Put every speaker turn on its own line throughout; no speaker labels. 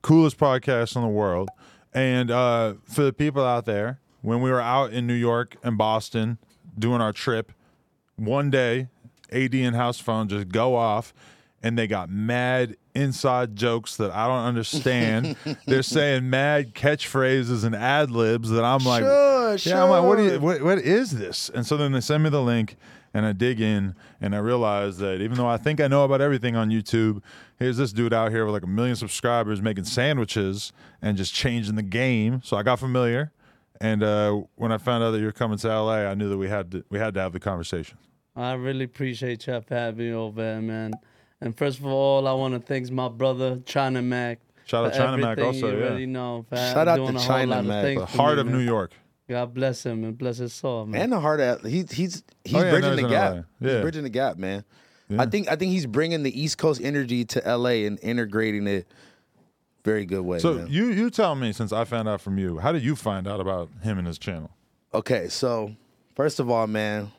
coolest podcast in the world. And uh, for the people out there, when we were out in New York and Boston doing our trip, one day AD and House Phone just go off and they got mad inside jokes that I don't understand. They're saying mad catchphrases and ad libs that I'm like,
Sure,
yeah, I'm like, what, do you,
sure.
what, what is this? And so then they send me the link and I dig in and I realize that even though I think I know about everything on YouTube, here's this dude out here with like a million subscribers making sandwiches and just changing the game. So I got familiar. And uh, when I found out that you were coming to LA, I knew that we had to, we had to have the conversation.
I really appreciate y'all for having me over there, man. And first of all, I want to thank my brother China Mac.
Shout out
for
China Mac
everything
also,
you
yeah.
already know. for
Shout out to
doing a whole
China
lot of
Mac,
The
things for
heart
me,
of
man.
New York.
God bless him and bless his soul, man.
and the hard at he, he's he's
Oh, yeah, no,
bridging
he's
the
in
gap.
LA. Yeah.
He's bridging the gap, man.
Yeah.
I think I think he's bringing the East Coast energy to LA and integrating it very good way.
So
man.
you you tell me since I found out from you, how did you find out about him and his channel?
okay, so first of all, man,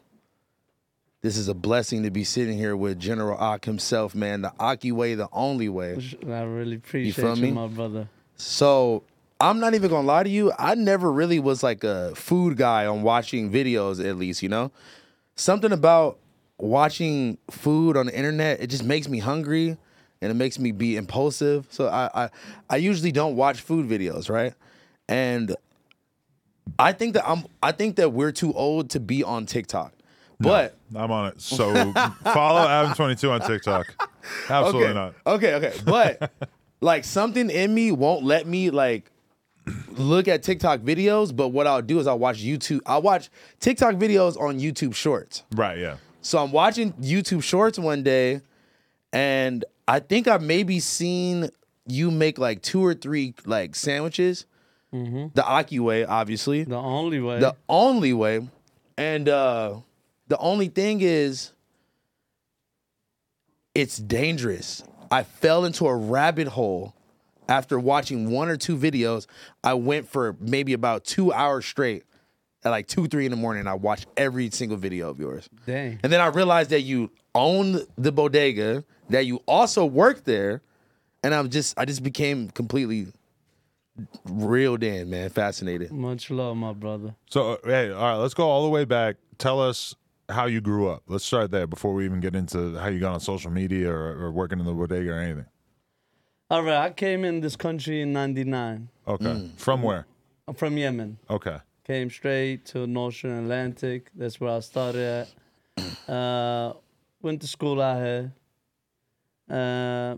this is a blessing to be sitting here with General Ock himself, man. The Aki way, the only way.
I really appreciate
feel
you,
me?
my brother.
So I'm not even gonna lie to you. I never really was like a food guy on watching videos, at least, you know? Something about watching food on the internet, it just makes me hungry and it makes me be impulsive. So I I, I usually don't watch food videos, right? And I think that I'm I think that we're too old to be on TikTok. But
I'm on it. So follow Adam22 on TikTok. Absolutely
okay.
not.
Okay, okay. But like something in me won't let me like look at TikTok videos, but what I'll do is I'll watch YouTube. I watch TikTok videos on YouTube Shorts.
Right, yeah.
So I'm watching YouTube Shorts one day and I think I've maybe seen you make like two or three like sandwiches. The Aki way, obviously
The only way.
the only way and uh the only thing is it's dangerous i fell into a rabbit hole after watching one or two videos i went for maybe about two hours straight at like two three in the morning i watched every single video of yours
Dang.
and then i realized that you own the bodega that you also work there and i'm just i just became completely reeled in man fascinated
Much love, my brother.
So uh, hey, all right, let's go all the way back. Tell us how you grew up. Let's start there before we even get into how you got on social media or, or working in the bodega or anything.
All right, I came in this country in 99
Okay. From where?
I'm from Yemen.
Okay.
Came straight to Northern Atlantic. That's where I started at. Uh, went to school out here. Uh,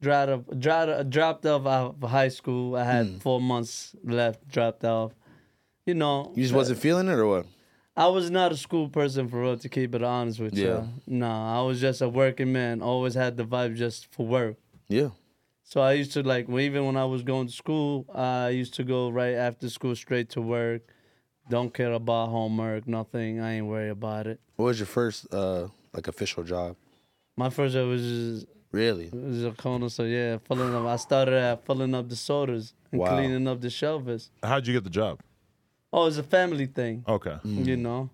dried up, dried, uh, dropped off out of high school. I
Hmm.
had four months left, dropped off. You know,
You just
uh,
wasn't feeling it or what?
I was not a school person for real, to keep it honest with
Yeah.
you. No, I was just a working man. Always had the vibe just for work.
Yeah.
So I used to like when- even when I was going to school, I used to go right after school straight to work. Don't care about homework, nothing. I ain't worried about it.
What was your first uh like official job?
My first job was just
Really?
was a corner, so yeah, filling up. I started at filling up the sodas and
Wow.
cleaning up the shelves.
How'd you get the job?
Oh, it's a family thing,
Okay.
Mm.
you know.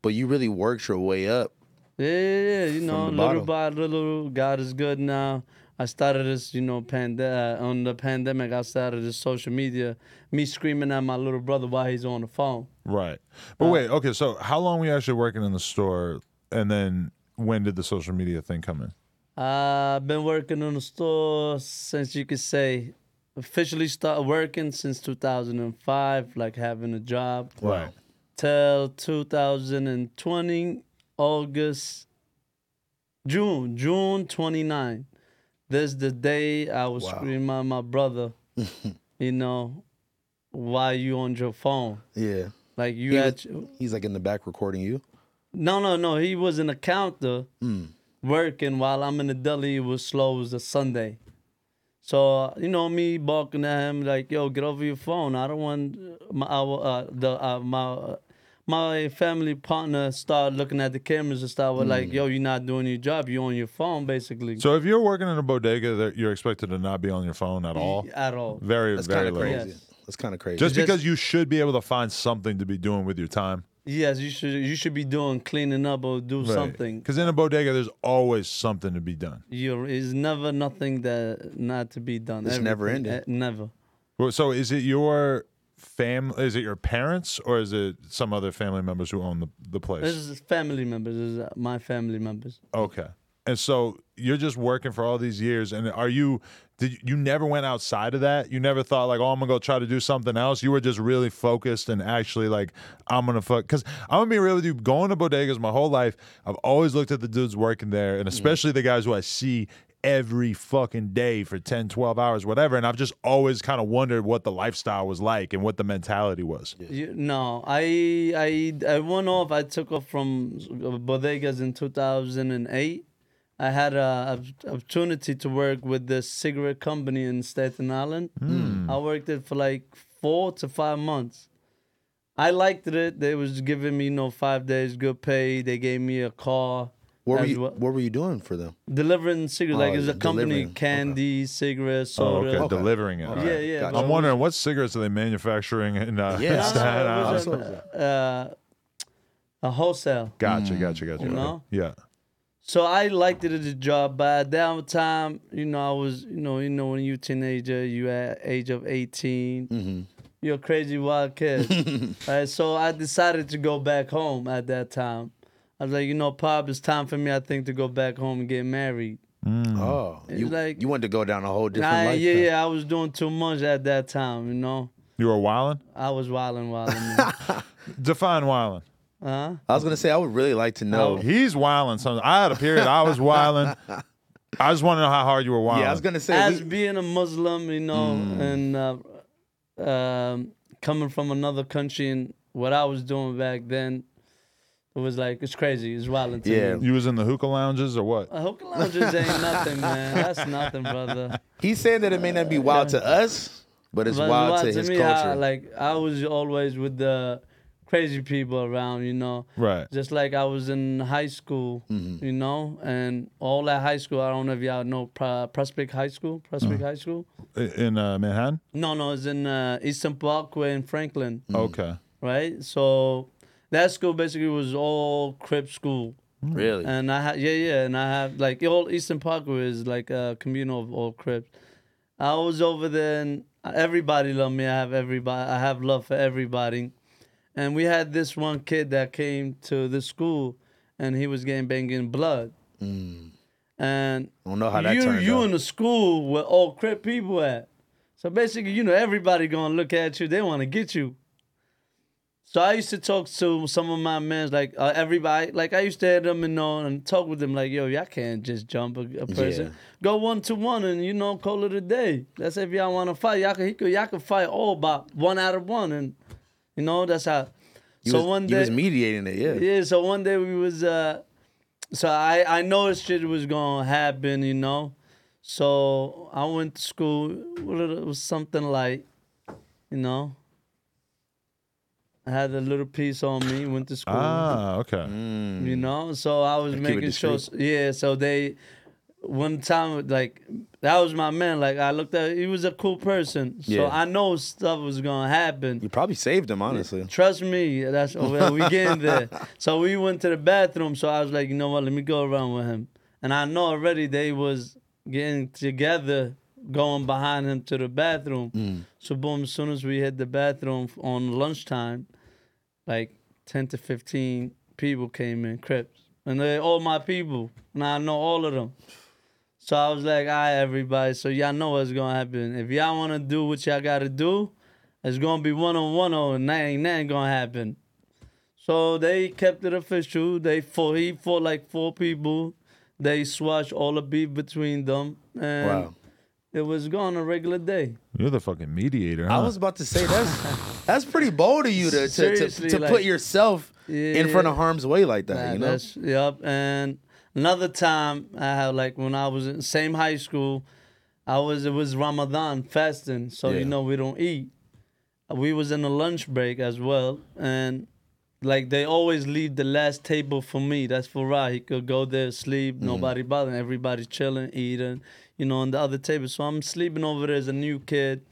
But you really worked your way up.
Yeah, yeah, yeah. You know,
the
little
bottom.
by little, God is good now. I started this, you know, pande- uh, on the pandemic. I started this social media. Me screaming at my little brother while he's on the phone.
Right. But wait, okay, so how long were you actually working in the store and then when did the social media thing come in?
I've been working on the store since you could say officially started working since 2005, like having a job.
Right.
Till 2020, August, June, June 29. This the day I was screaming at my brother, you know, why you on your phone?
Yeah.
Like you
He
had
was- he's like in the back recording you.
no, no, no. He was in a
Hmm.
counter working while I'm in the deli. It was slow. It was a Sunday. So you know me barking at him like, "Yo, get over your phone! I don't want my our, uh, the uh, my uh, my family partner start looking at the cameras and start with
Hmm.
like, yo, you're not doing your job. You're on your phone basically
So if you're working in a bodega, that you're expected to not be on your phone at all.
at all.
Very,
That's kind
very
of
low.
crazy.
Yes.
That's kind of crazy.
Just
Just-
because you should be able to find something to be doing with your time.
Yes, you should you should be doing cleaning up or do something.
Because in a bodega, there's always something to be done.
You're is never nothing that not to be done.
It's never
Everything-
ending.
eh, never.
Well, So is it your family? Is it your parents or is it some other family members who own the, the place?
This is family members. This is uh, my family members.
okay. And so you're just working for all these years, and are you? Did you, you never went outside of that? You never thought like, oh, I'm gonna go try to do something else. You were just really focused and actually like, I'm gonna fuck. Because I'm gonna be real with you. Going to bodegas my whole life, I've always looked at the dudes working there, and especially the guys who I see every fucking day for 10 12 hours whatever and i've just always kind of wondered what the lifestyle was like and what the mentality was
You, no, I I I went off. I took off from uh, bodegas in 2008. I had a, op- opportunity to work with this cigarette company in Staten Island.
Hmm.
I worked it for like four to five months. I liked it. They was giving me you know five days good pay. They gave me a car.
what were
as
you
well.
What were you doing for them?
delivering cigarettes?
Oh,
like it's a company
delivering, okay.
candy, cigarettes,
oh
soda.
okay, delivering it all
Yeah,
right.
yeah.
Gotcha.
but
I'm
it
wondering what cigarettes are they manufacturing in uh,
Yeah.
Staten
No, no, it
Island?
was a, uh, a wholesale.
Gotcha,
Mm.
gotcha, gotcha.
You know?
Yeah.
So I liked it at the job, but at that time, you know, I was, you know, you know, when you teenager, you at age of 18 you're a crazy wild kid, right? So I decided to go back home at that time. I was like, you know, pop, it's time for me, I think, to go back home and get married.
Mm.
Oh, you
like-
you wanted to go down a whole different
Nah,
life.
yeah,
path.
yeah, I was doing too much at that time, you know.
You were wilding?
I was wilding, wilding. man.
Define wilding.
huh?
I was gonna say I would really like to know.
He's wilding something. I had a period I was wilding. I just want to know how hard you were wilding.
Yeah, I was gonna say
as
we, Mm.
being a Muslim, you know, and uh, um, coming from another country and what I was doing back then, it was like it's crazy, it's wild. To
Yeah.
me.
You was in the hookah lounges or what?
Uh, hookah lounges ain't nothing, man. That's nothing, brother.
he's saying that it may not be wild to us, but it's
But
wild
wild
to his
me, I,
culture.
like I was always with the crazy people around, you know.
Right.
Just like I was in high school,
Mm-hmm.
you know, and all that high school. I don't know if y'all know Pro- Prospect High School. Prospect
Uh-huh.
High School.
In uh, Manhattan?
No, no, it's in uh, Eastern Parkway in Franklin.
Mm.
Okay.
right? So that school basically was all crip school,
really?
and I had yeah, yeah, and I have like all Eastern Parkway is like a communal of all crips. I was over there, and everybody loved me. I have everybody. I have love for everybody, and we had this one kid that came to the school, and he was getting banging blood, and
I don't know how that
you
turned
you
out.
in the school where all crip people at. So basically, you know, everybody gonna look at you. They want to get you. So I used to talk to some of my mans, like uh, everybody, like I used to hear them and know and talk with them, like, yo, y'all can't just jump a, a person.
Yeah.
Go one to one and you know, call it a day. That's if y'all want to fight. Y'all can, he could, y'all can fight all about one out of one, and you know that's how.
You
so
was,
one
you
day,
was mediating it, yeah.
yeah, so one day we was uh so I I noticed shit was gonna happen, you know. So I went to school with a- with something like, you know. I had a little piece on me, went to school,
Ah, okay.
Mm.
you know. So I was
it
making
discreet.
shows. Yeah, so they one time like that was my man. Like I looked at he was a cool person. So
Yeah.
I know stuff was gonna happen.
You probably saved him, honestly.
Trust me, that's oh, we we getting there. So we went to the bathroom. So I was like, you know what? Let me go around with him. And I know already they was getting together, going behind him to the bathroom. So boom, as soon as we hit the bathroom on lunchtime, like ten to fifteen people came in, Crips, and they all my people, and I know all of them. So I was like, all right, everybody. So y'all know what's gonna happen. If y'all wanna do what y'all gotta do, it's gonna be one on one on and that ain't nothing gonna happen. So they kept it official. They fought he fought like four people. They swatched all the beef between them. And
Wow.
it was gone a regular day.
You're the fucking mediator, huh?
I was about to say that's that's pretty bold of you to to, to,
Seriously,
to put
like-
yourself in front of harm's way like that.
Nah,
you know,
that's- Yep. And another time I had like when I was in same high school, I was it was Ramadan fasting, so
Yeah.
you know we don't eat. We was in a lunch break as well, and like they always leave the last table for me. That's for Ra. He could go there, sleep,
Mm-hmm.
nobody bothering, everybody chilling, eating, you know, on the other table. So I'm sleeping over there as a new kid,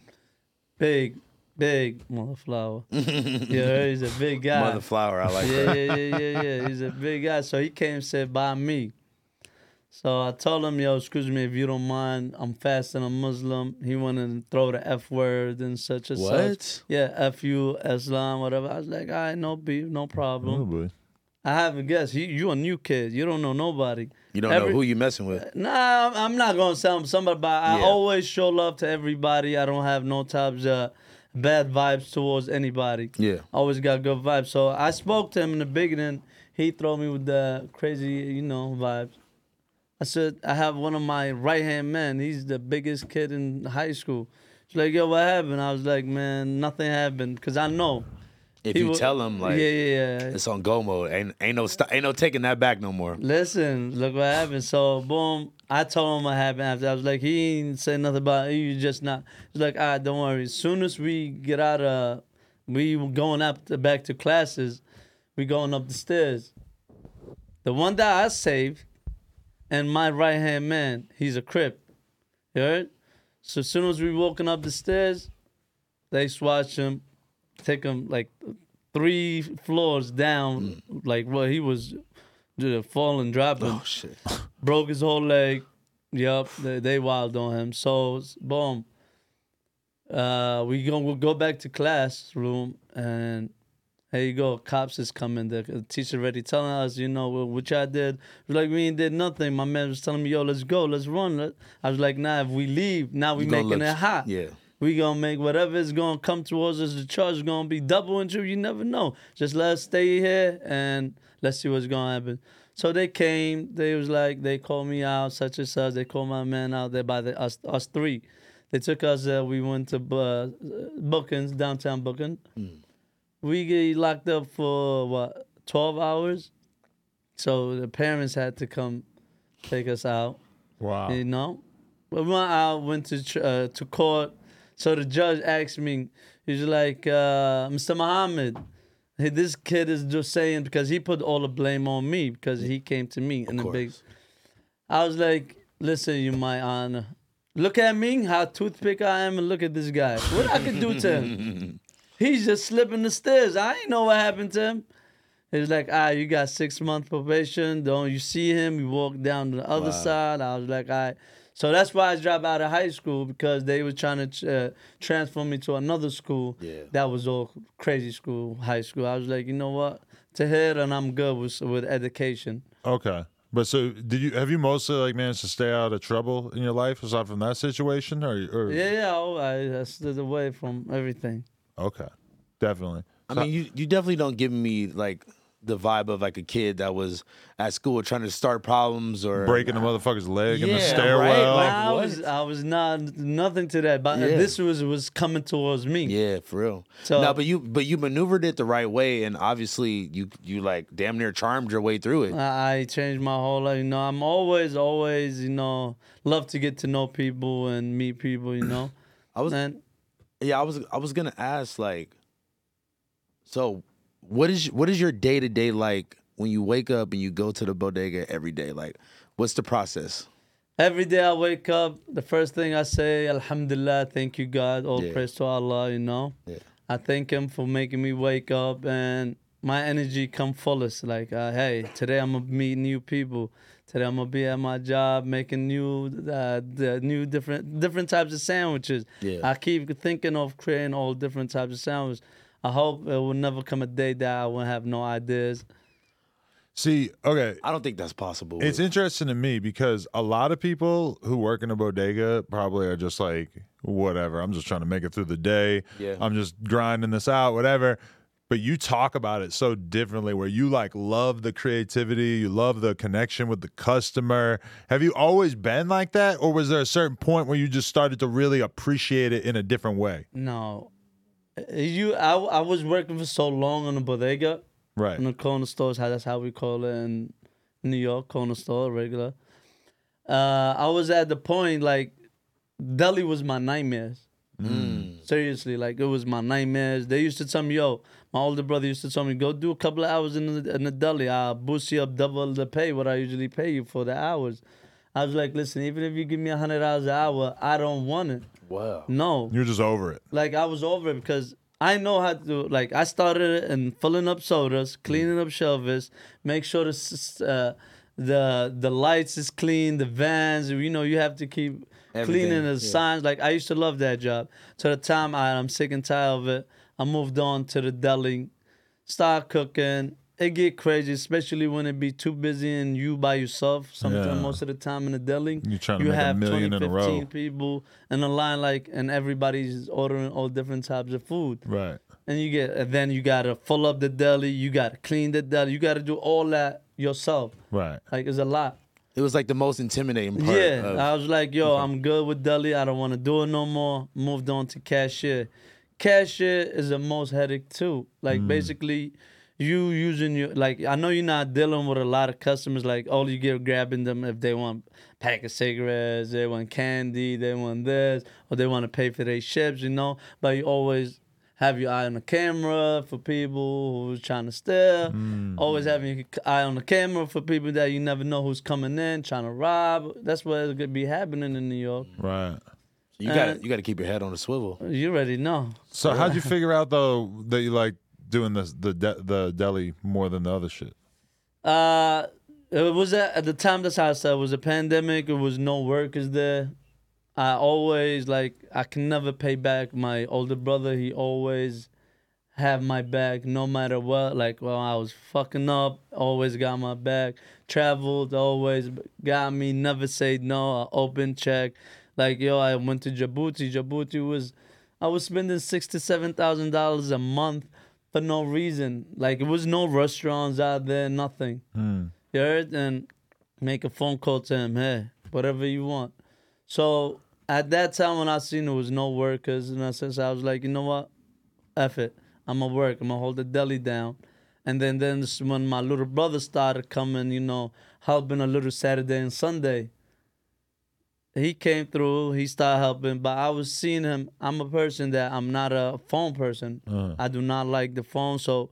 big, big motherflower. yeah, he's a big guy
Mother flower, I like
yeah,
that.
yeah, yeah, yeah, yeah. He's a big guy, so he came and said, "Buy me." So I told him, "Yo, excuse me if you don't mind, I'm fasting. I'm Muslim." He wanted to throw the F word and such and
What?
such. Yeah, F you, Islam, whatever. I was like, "All right, no beef, no
Mm-hmm.
problem."
Probably.
I haven't guessed. You, you a new kid. You don't know nobody.
You don't
Every-
know who you messing with.
Nah, I'm- I'm not gonna sound somebody, but I
Yeah.
always show love to everybody. I don't have no types of bad vibes towards anybody.
Yeah.
always got good vibes. So I spoke to him in the beginning. He threw me with the crazy, you know, vibes. I said, I have one of my right hand men. He's the biggest kid in high school. He's like, yo, what happened? I was like, man, nothing happened, cause I know.
If
He
you
wa-
tell him like
yeah, yeah, yeah.
it's on go mode, ain't ain't no st- ain't no taking that back no more.
Listen, look what happened. So boom, I told him what happened after. I was like, he ain't say nothing about it. You just not. He's like, all right, don't worry. As soon as we get out of, we going up to, back to classes. We going up the stairs. The one that I saved, and my right hand man, he's a crip. You heard? So as soon as we walking up the stairs, they swatch him, take him like three floors down. Like well, he was uh, falling, dropping
Oh shit.
broke his whole leg. Yup, they, they wild on him. So s- boom. Uh, we go we'll go back to classroom and here you go. Cops is coming. The the teacher already telling us, you know, what, what y'all did. We're like, we ain't did nothing. My man was telling me, yo, let's go, let's run. Let- I was like, nah, if we leave, now we
You gonna
making
look-
it hot.
yeah.
We gonna make whatever is gonna come towards us. The charge is gonna be double and triple. You never know. Just let us stay here and let's see what's gonna happen. So they came. They was like they called me out, such and such. They called my man out there by the us us three. They took us. Uh, we went to uh, Bookings downtown Booking. We get locked up for what twelve hours. So the parents had to come take us out.
Wow.
You know, we went out, went to tr- uh, to court. So the judge asked me, he's like, uh, Mr. Muhammad, hey, this kid is just saying because he put all the blame on me because he came to me in the big.
course.
I was like, listen, you my honor. Look at me, how toothpick I am, and look at this guy. What I could do to him? He's just slipping the stairs. I ain't know what happened to him. He's like, ah, you got six month probation. Don't you see him? You walk down to the other side. I was like, all right. So that's why I dropped out of high school because they were trying to uh, transfer me to another school.
Yeah.
That was all crazy school, high school. I was like, you know what? To hell, and I'm good with with education.
Okay. But so did you have you mostly like managed to stay out of trouble in your life aside from that situation or, or
Yeah, yeah. oh, I, I stood away from everything.
okay. Definitely.
I mean, you you definitely don't give me like the vibe of like a kid that was at school trying to start problems or
Breaking the motherfucker's leg in the
Yeah, right,
stairwell.
like-
I
what?
was I was not nothing to that, but
Yeah.
this was was coming towards me.
Yeah, for real.
So-
no, but you but you maneuvered it the right way, and obviously you you like damn near charmed your way through it.
I, I changed my whole life. You know, I'm always, always, you know, love to get to know people and meet people. You know,
I was
and
yeah, I was I was gonna ask like, so what is what is your day to day like when you wake up and you go to the bodega every day? Like, what's the process?
every day I wake up, the first thing I say, Alhamdulillah, thank you God, all
Yeah.
praise to Allah. You know,
Yeah.
I thank Him for making me wake up and my energy come fullest. Like, uh, hey, today I'm gonna meet new people. Today I'm gonna be at my job making new, uh, the new different different types of sandwiches.
Yeah.
I keep thinking of creating all different types of sandwiches. I hope it will never come a day that I won't have no ideas.
See, okay.
I don't think that's possible.
It's interesting to me because a lot of people who work in a bodega probably are just like, whatever, I'm just trying to make it through the day.
Yeah.
I'm just grinding this out, whatever. But you talk about it so differently where you like love the creativity, you love the connection with the customer. Have you always been like that? Or was there a certain point where you just started to really appreciate it in a different way?
No, you. I, I was working for so long on the bodega.
Right.
in the corner stores. How that's how we call it in New York, corner store, regular. Uh, I was at the point like Delhi was my nightmares. Seriously, like it was my nightmares. They used to tell me, yo, my older brother used to tell me, go do a couple of hours in the, in the deli. I'll boost you up double the pay, what I usually pay you for the hours. I was like, listen, even if you give me a hundred dollars an hour, I don't want it.
Wow.
No.
You're just over it.
Like I was over it because I know how to like I started it in filling up sodas, cleaning up shelves, make sure the s- uh, the the lights is clean, the vans. You know you have to keep
Everything,
cleaning the
yeah.
signs. Like I used to love that job. To the time I, I'm sick and tired of it. I moved on to the deli, start cooking. It get crazy, especially when it be too busy and you by yourself. Sometimes
Yeah.
most of the time in the deli,
You're trying to make a million in a row.
15 people in a line like and everybody's ordering all different types of food
Right.
and you get and then you gotta fill up the deli you gotta clean the deli you gotta do all that yourself
Right.
like it's a lot
It was like the most intimidating part.
yeah uh,
of-
i was like yo i'm good with deli i don't want to do it no more moved on to cashier cashier is the most headache too like
Mm.
basically you using your like i know you're not dealing with a lot of customers like all you get grabbing them if they want pack of cigarettes they want candy they want this or they want to pay for their chips you know but you always have your eye on the camera for people who's trying to steal. Always having your eye on the camera for people that you never know who's coming in, trying to rob. That's what's gonna be happening in New York.
Right.
you got
uh,
to you got to keep your head on a swivel.
You already know.
So how'd you figure out though that you like doing this the de- the deli more than the other shit?
Uh, it was at, at the time that's how I said it was a pandemic. It was no workers there. I always like I can never pay back my older brother. He always have my back no matter what. Like well, I was fucking up, always got my back. Traveled, always got me. Never said no. I open check. Like yo, I went to Djibouti. Djibouti was, I was spending six to seven thousand dollars a month for no reason. Like it was no restaurants out there, nothing. You heard? And make a phone call to him. Hey, whatever you want. So at that time when I seen there was no workers and I says I was like, you know what? F it. I'ma work. I'ma hold the deli down. And then then this is when my little brother started coming, you know, helping a little Saturday and Sunday. He came through, he started helping, but I was seeing him. I'm a person that I'm not a phone person. I do not like the phone. So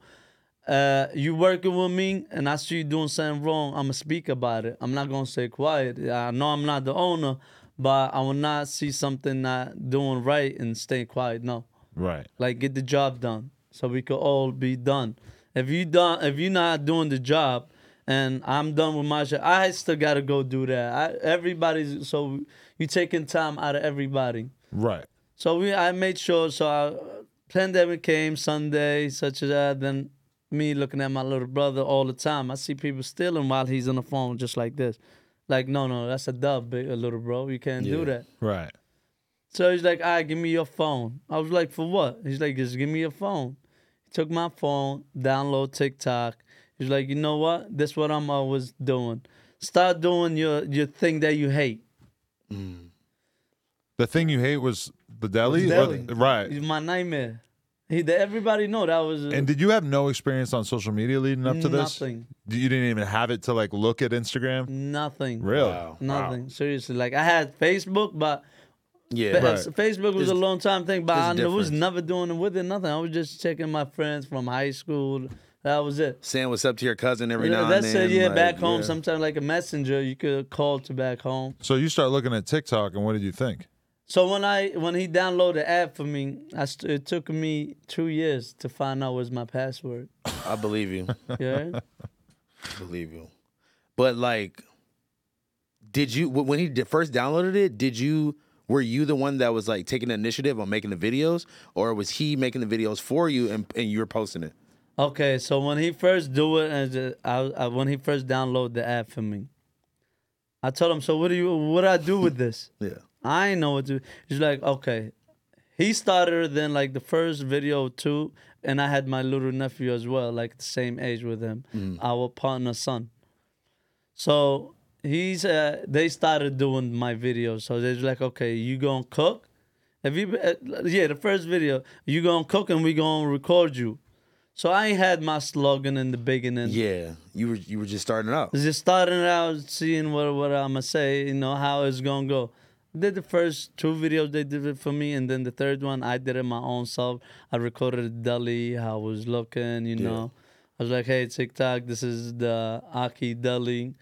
uh, you working with me and I see you doing something wrong, I'ma speak about it. I'm not gonna stay quiet. I know I'm not the owner, but I will not see something not doing right and stay quiet. No.
Right.
Like get the job done. So we could all be done. If you done if you're not doing the job and I'm done with my shit, I still gotta go do that. I, everybody's so you taking time out of everybody.
Right.
So we, I made sure. So I, pandemic came Sunday, such as that. Then me looking at my little brother all the time. I see people stealing while he's on the phone, just like this. Like, no, no, that's a dub, big, little bro. You can't do that.
Right.
So he's like, all right, give me your phone. I was like, for what? He's like, just give me your phone. He took my phone, download TikTok. He's like, you know what? This what I'm always doing. Start doing your your thing that you hate.
The thing you hate was the deli.
The
or-
deli.
right.
It's my nightmare. He, everybody know that was.
And did you have no experience on social media leading up to this?
Nothing. Mm.
D- You didn't even have it to like look at Instagram.
Nothing.
Really?
Wow.
Nothing. Seriously. Like I had Facebook, but
Yeah.
Right.
Facebook was
There's-
a long time thing, but I
there's a
was
difference.
never doing it with it, nothing. I was just checking my friends from high school. That was it.
Saying what's up to your cousin every now
That's
and then.
it, yeah,
like,
back home.
yeah.
Sometimes like a messenger, you could call to back home.
So you start looking at TikTok, and what did you think?
So when I when he downloaded the app for me, I st- it took me two years to find out was my password.
I believe you.
Yeah.
believe you. But like, did you wh- when he did, first downloaded it? Did you were you the one that was like taking the initiative on making the videos, or was he making the videos for you and, and you were posting it?
Okay, so when he first do it, and the- I, I, when he first download the app for me, I told him, "So what do you? What do I do with this?
Yeah.
I ain't know what to." He's like, "Okay." He started then like the first video too, and I had my little nephew as well, like the same age with him, our partner son. So he's uh, they started doing my videos. So they're like, "Okay, you gonna cook?" Have you? uh, Yeah, the first video, you gonna cook and we gonna record you. So I ain't had my slogan in the beginning.
Yeah, you were you were just starting out.
Just starting out, seeing what what I'ma say, you know how it's gonna go. did the first two videos they did it for me, and then the third one I did it my own self. I recorded a deli, how I was looking, you know. I was like, hey TikTok, this is the Aki deli.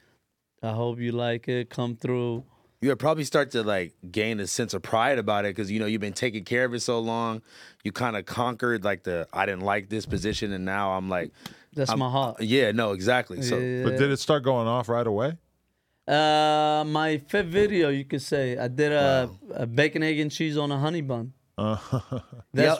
I hope you like it. Come through.
You'll probably start to like gain a sense of pride about it because you know you've been taking care of it so long. You kind of conquered like the I didn't like this position, and now I'm like,
That's my heart.
yeah, no, exactly. So
But did it start going off right away?
Uh, my fifth video, you could say, I did a, a bacon, egg, and cheese on a honey bun. that's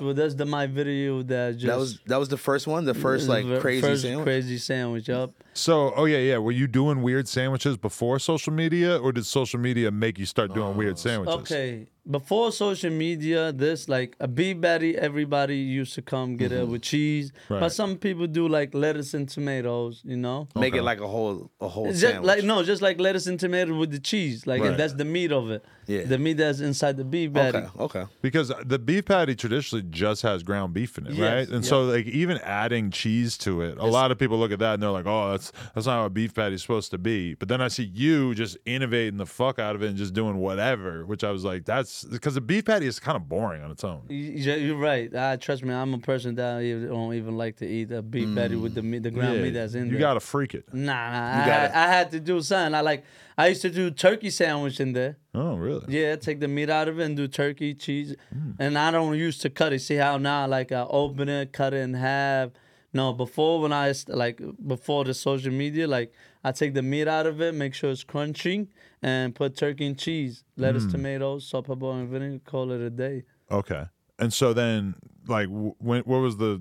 Yep.
what that's the my video that just
that was that was the first one, the first
the
like
ver-
crazy
first
sandwich.
crazy sandwich up.
So, oh yeah, yeah. Were you doing weird sandwiches before social media, or did social media make you start doing weird sandwiches?
Okay, before social media, this like a beef patty, everybody used to come get it with cheese, but
Mm-hmm. Right. Oh.
some people do like lettuce and tomatoes, you know.
Make it like a whole a whole
It's
sandwich.
Just like no, just like lettuce and tomato with the cheese, like
Right.
that's the meat of it.
Yeah.
the meat that's inside the beef patty.
okay, okay.
Because the beef patty traditionally just has ground beef in it,
Yes,
right? And so, like, even adding cheese to it, a lot of people look at that and they're like, "Oh, that's that's not how a beef patty's supposed to be." But then I see you just innovating the fuck out of it and just doing whatever, which I was like, "That's because the beef patty is kind of boring on its own."
You- You're right. I trust me. I'm a person that I even- don't even like to eat a beef patty with
Mm.
the meat, the ground meat that's in
you
there.
gotta freak it.
nah, nah. I,
gotta-
I had to do something. I like. I used to do turkey sandwich in there.
Oh, really?
Yeah, take the meat out of it and do turkey cheese.
Mm.
And I don't used to cut it. See how now, like I open it, cut it in half. No, before when I s- like before the social media, like I take the meat out of it, make sure it's crunchy, and put turkey and cheese, lettuce,
Mm.
tomatoes, salt, pepper, and vinegar. Call it a day.
Okay. And so then, like, w- when what was the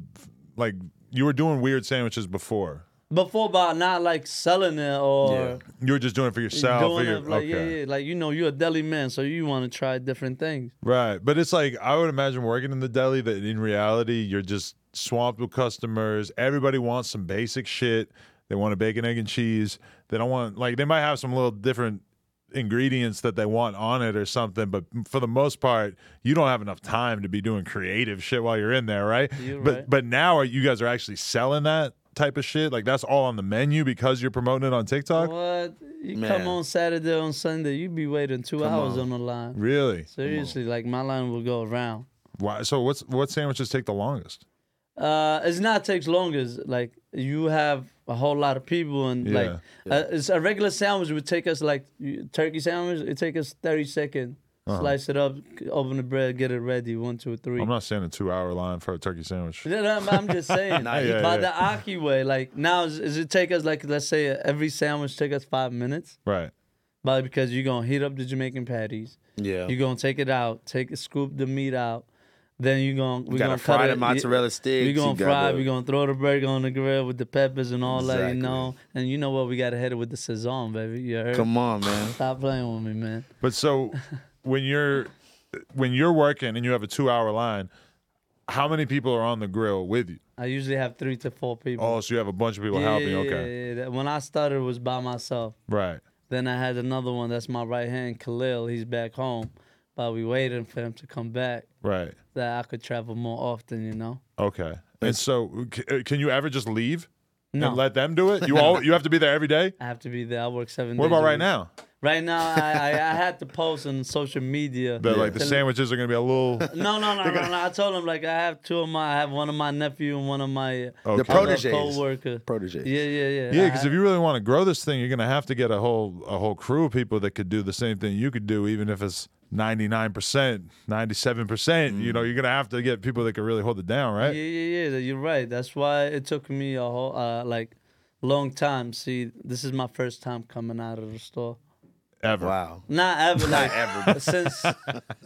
like? You were doing weird sandwiches before.
before but not like selling it or
You were just doing it for yourself.
doing
or your-
it like
okay.
yeah, yeah like you know you're a deli man so you want to try different things
Right. But it's like I would imagine working in the deli that in reality you're just swamped with customers. Everybody wants some basic shit. They want a bacon, egg, and cheese. They don't want like they might have some little different ingredients that they want on it or something, but for the most part, you don't have enough time to be doing creative shit while you're in there, right?
You're
but
right.
but now are you guys are actually selling that type of shit? Like that's all on the menu because you're promoting it on TikTok?
what you
Man.
come on saturday on sunday you be waiting two hours on. the line
Really?
seriously like my line will go around
Why so what's what sandwiches take the longest?
uh it's not takes longer like you have a whole lot of people and like
Yeah.
Uh, it's a regular sandwich would take us like you- turkey sandwich it take us 30 seconds slice it up c- open the bread get it ready one two three
Uh-huh. I'm not saying a two hour line for a turkey sandwich.
No, no, I'm- I'm just saying.
Nah,
By
yeah, yeah.
the Aki way, like now, is, is it take us like let's say every sandwich take us five minutes,
Right.
but because you're gonna heat up the Jamaican patties,
Yeah.
you're gonna take it out, take scoop the meat out, then you're gonna we're gonna
gotta fry
cut
the
it.
mozzarella
Yeah,
sticks,
We're
you
gonna fry.
gotta-
We're gonna throw the burger on the grill with the peppers and all that,
Exactly.
you know. And you know what? We gotta hit it with the saison, baby. You heard?
Come on, man.
Stop playing with me, man.
But so when you're when you're working and you have a two hour line, how many people are on the grill with you?
I usually have three to four people.
Oh, so you have a bunch of people
yeah,
helping.
yeah,
okay.
yeah, yeah. When I started, it was by myself.
Right.
Then I had another one that's my right hand, Khalil. He's back home, but we waiting for him to come back
Right.
that I could travel more often. You know.
Okay. And so c- uh, can you ever just leave
No.
and let them do it? You all you have to be there every day?
I have to be there. I work seven.
What
days
about
a
right
week.
now?
Right now, I, I, I had to post on social media.
That like the sandwiches are gonna be a little
No, no, no, no, no. I told him like I have two of my. I have one of my nephew and one of my uh,
okay.
The proteges.
coworker.
Proteges.
Yeah, yeah, yeah.
Yeah,
I
because
had-
if you really want to grow this thing, you're gonna have to get a whole a whole crew of people that could do the same thing you could do, even if it's ninety nine percent, ninety seven percent. You know, you're gonna have to get people that can really hold it down, right?
Mm. Yeah, yeah, yeah. You're right. That's why it took me a whole uh, like long time. See, this is my first time coming out of the store.
Ever.
Wow.
Not ever, like ever. Since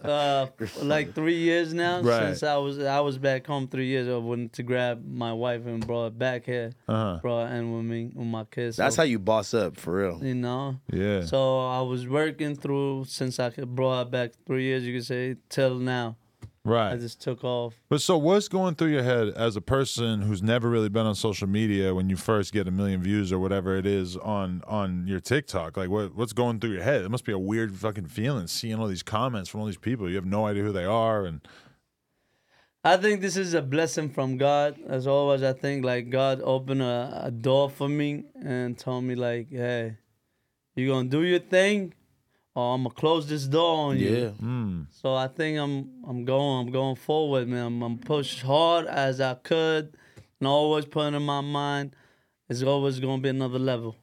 uh, like three years now,
Right.
since I was I was back home three years ago, went to grab my wife and brought it back here,
Uh-huh.
brought it in with me with my kids.
That's
so,
how you boss up for real.
you know.
Yeah.
So I was working through since I could- brought it back three years, you could say, till now. I
right.
just took off.
But so, what's going through your head as a person who's never really been on social media when you first get a million views or whatever it is on on your TikTok? Like, what what's going through your head? It must be a weird fucking feeling seeing all these comments from all these people. You have no idea who they are, and
I think this is a blessing from God. As always, I think like God opened a, a door for me and told me like, hey, you gonna do your thing, oh, I'm gonna close this door on you.
Yeah.
So I think I'm I'm going I'm going forward, man. I'm, I'm pushed hard as I could, and always putting in my mind, it's always gonna be another level.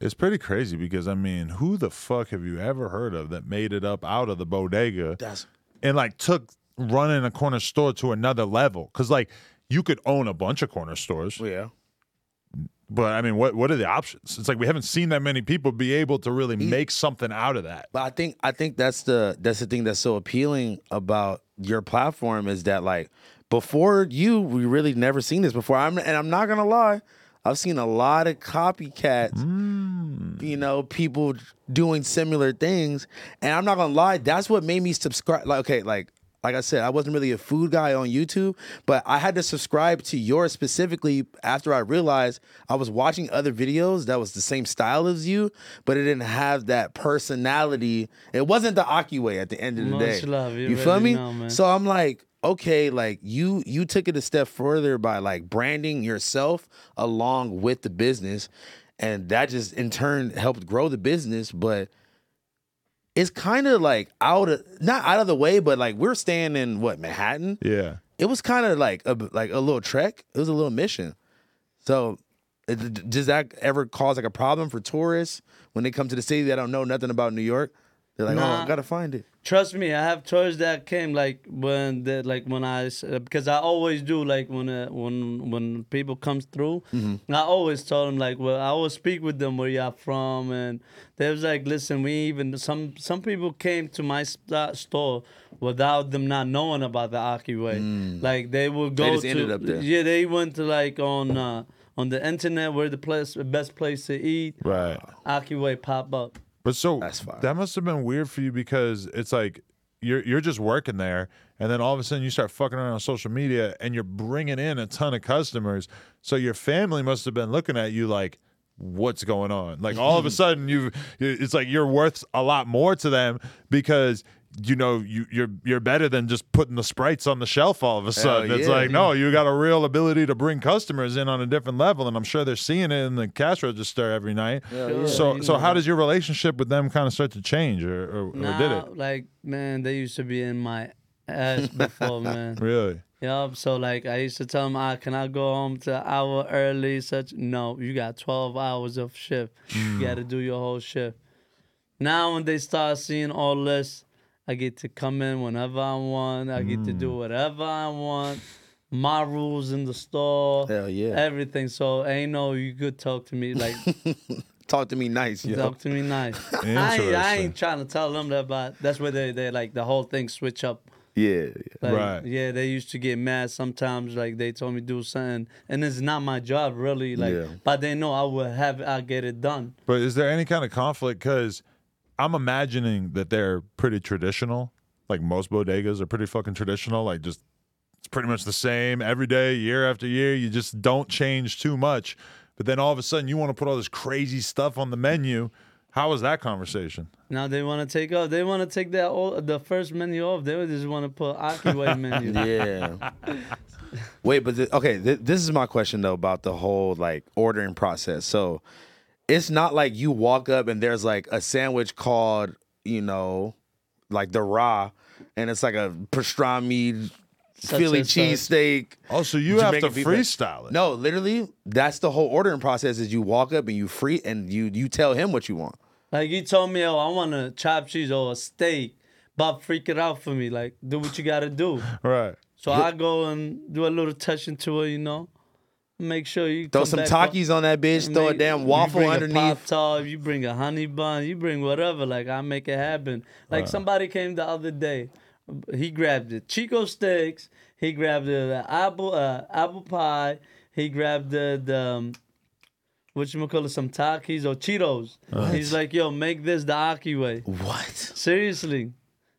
It's pretty crazy because I mean, who the fuck have you ever heard of that made it up out of the bodega
That's
and like took running a corner store to another level? Because like you could own a bunch of corner stores,
yeah.
but I mean, what what are the options? It's like we haven't seen that many people be able to really make something out of that.
But I think I think that's the that's the thing that's so appealing about your platform is that like before you we really never seen this before. I'm and I'm not gonna lie, I've seen a lot of copycats. You know, people doing similar things, and I'm not gonna lie, that's what made me subscribe. Like okay, like like I said, I wasn't really a food guy on YouTube, but I had to subscribe to yours specifically after I realized I was watching other videos that was the same style as you, but it didn't have that personality. It wasn't the Aki way at the end of the
Much
day.
love, you
feel
already
me?
know, man.
So I'm like, okay, like you you took it a step further by like branding yourself along with the business, and that just in turn helped grow the business, but it's kind of like out of not out of the way, but like we're staying in what Manhattan.
Yeah.
It was kind of like a like a little trek. It was a little mission. So, it- d- does that ever cause like a problem for tourists when they come to the city that don't know nothing about New York? They're like, oh,
Nah.
I gotta find it.
Trust me, I have toys that came like when the, like when I s- uh, because I always do like when uh, when when people comes through,
Mm-hmm.
I always tell them like well I always speak with them where y'all from and they was like listen we even some some people came to my st- store without them not knowing about the Aki way like they would go
Mm. just
to
ended up there.
yeah they went to like on uh, on the internet where the place best place to eat
Right.
Aki way pop up
But so
That's fire.
that must have been weird for you because it's like you're you're just working there, and then all of a sudden you start fucking around on social media, and you're bringing in a ton of customers. So your family must have been looking at you like, "What's going on?" Like all of a sudden you, it's like you're worth a lot more to them because. You know, you, you're you're better than just putting the sprites on the shelf all of a sudden. it's
yeah,
like, no, you got a real ability to bring customers in on a different level, and I'm sure they're seeing it in the cash register every night.
yeah.
So,
You
so
know.
how does your relationship with them kind of start to change, or, or, or did
Nah,
it
Like, man, they used to be in my ass before, man.
really?
Yup. So like, I used to tell them, "I can I go home to an hour early?" Such no, you got twelve hours of shift.
Mm.
you got to do your whole shift. Now when they start seeing all this, I get to come in whenever I want. I get to
Mm.
do whatever I want. My rules in the store.
Hell yeah.
Everything. So ain't no you could talk to me like
Talk to me nice, yo.
Talk to me nice. I ain't, I
Interesting.
ain't trying to tell them that, but that's where they, they like the whole thing switch up.
Yeah, yeah.
Like,
Right.
Yeah, they used to get mad sometimes. Like they told me do something, and it's not my job really. Like,
Yeah.
but they know I will have I get it done.
But is there any kind of conflict? Because I'm imagining that they're pretty traditional. Like most bodegas are pretty fucking traditional. Like just it's pretty much the same every day, year after year. You just don't change too much. But then all of a sudden, you want to put all this crazy stuff on the menu. How was that conversation?
Now they want to take off. They want to take that all the first menu off. They just want to put Akiway menu.
Yeah. Wait, but the, okay, th- this is my question though about the whole like ordering process. So it's not like you walk up and there's like a sandwich called, you know, like the raw, and it's like a pastrami
Such
Philly
and such.
cheesesteak.
Oh, so you have to
Jamaican feedback.
freestyle it.
No, literally, that's the whole ordering process. Is you walk up and you free and you you tell him what you want.
Like you told me, oh, I want a chopped cheese or a steak. Bob, freak it out for me. Like, do what you gotta do.
right?
So I go and do a little touching to her, you know. Make sure you
Throw
come
some
back
Takis on that bitch.
up-
Throw a
make-
damn waffle
you bring A
underneath.
pop tart, you bring a honey bun, you bring whatever. Like I make it happen. Like somebody came the other day, he grabbed the Chico steaks, he grabbed the apple uh, apple pie, he grabbed the the. Um, what you call it? Some Takis or Cheetos. He's like, yo, make this the Aki way.
What?
Seriously.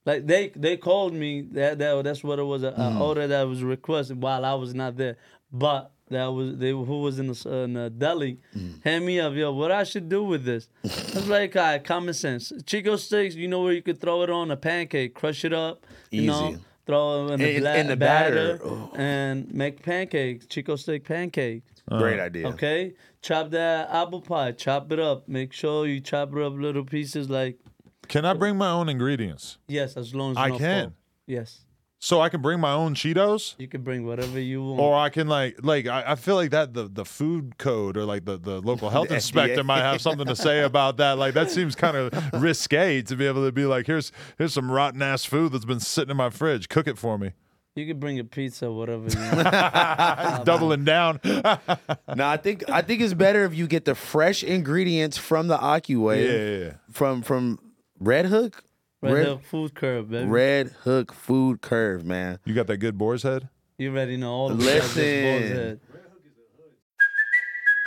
Like they they called me that, that that's what it was a,
Mm-hmm.
a order that was requested while I was not there, but that was they who was in the, s- uh, in the deli,
Mm.
hand me up yo what I should do with this. I was like, all right, common sense. Chico sticks, you know where you could throw it on a pancake, crush it up, you know,
Easy.
throw it in the,
In-
bla-
in the batter.
batter,
Oh.
and make pancakes, Chico stick pancakes.
Uh,
Great idea.
Okay, chop that apple pie, chop it up. Make sure you chop it up little pieces like
Can I bring my own ingredients?
Yes, as long as
I
not
can.
pork. Yes,
So I can bring my own Cheetos?
you can bring whatever you want.
Or I can like like I, I feel like that the, the food code or like the, the local health inspector might have something to say about that. Like that seems kind of risque to be able to be like, here's here's some rotten ass food that's been sitting in my fridge. Cook it for me.
You can bring a pizza, whatever you want.
Doubling down.
No, I think I think it's better if you get the fresh ingredients from the AccuWave.
Yeah.
From from Red Hook.
Red Hook Food Curb, baby.
Red Hook Food Curve, man.
You got that good boar's head?
You already know all the
Listen.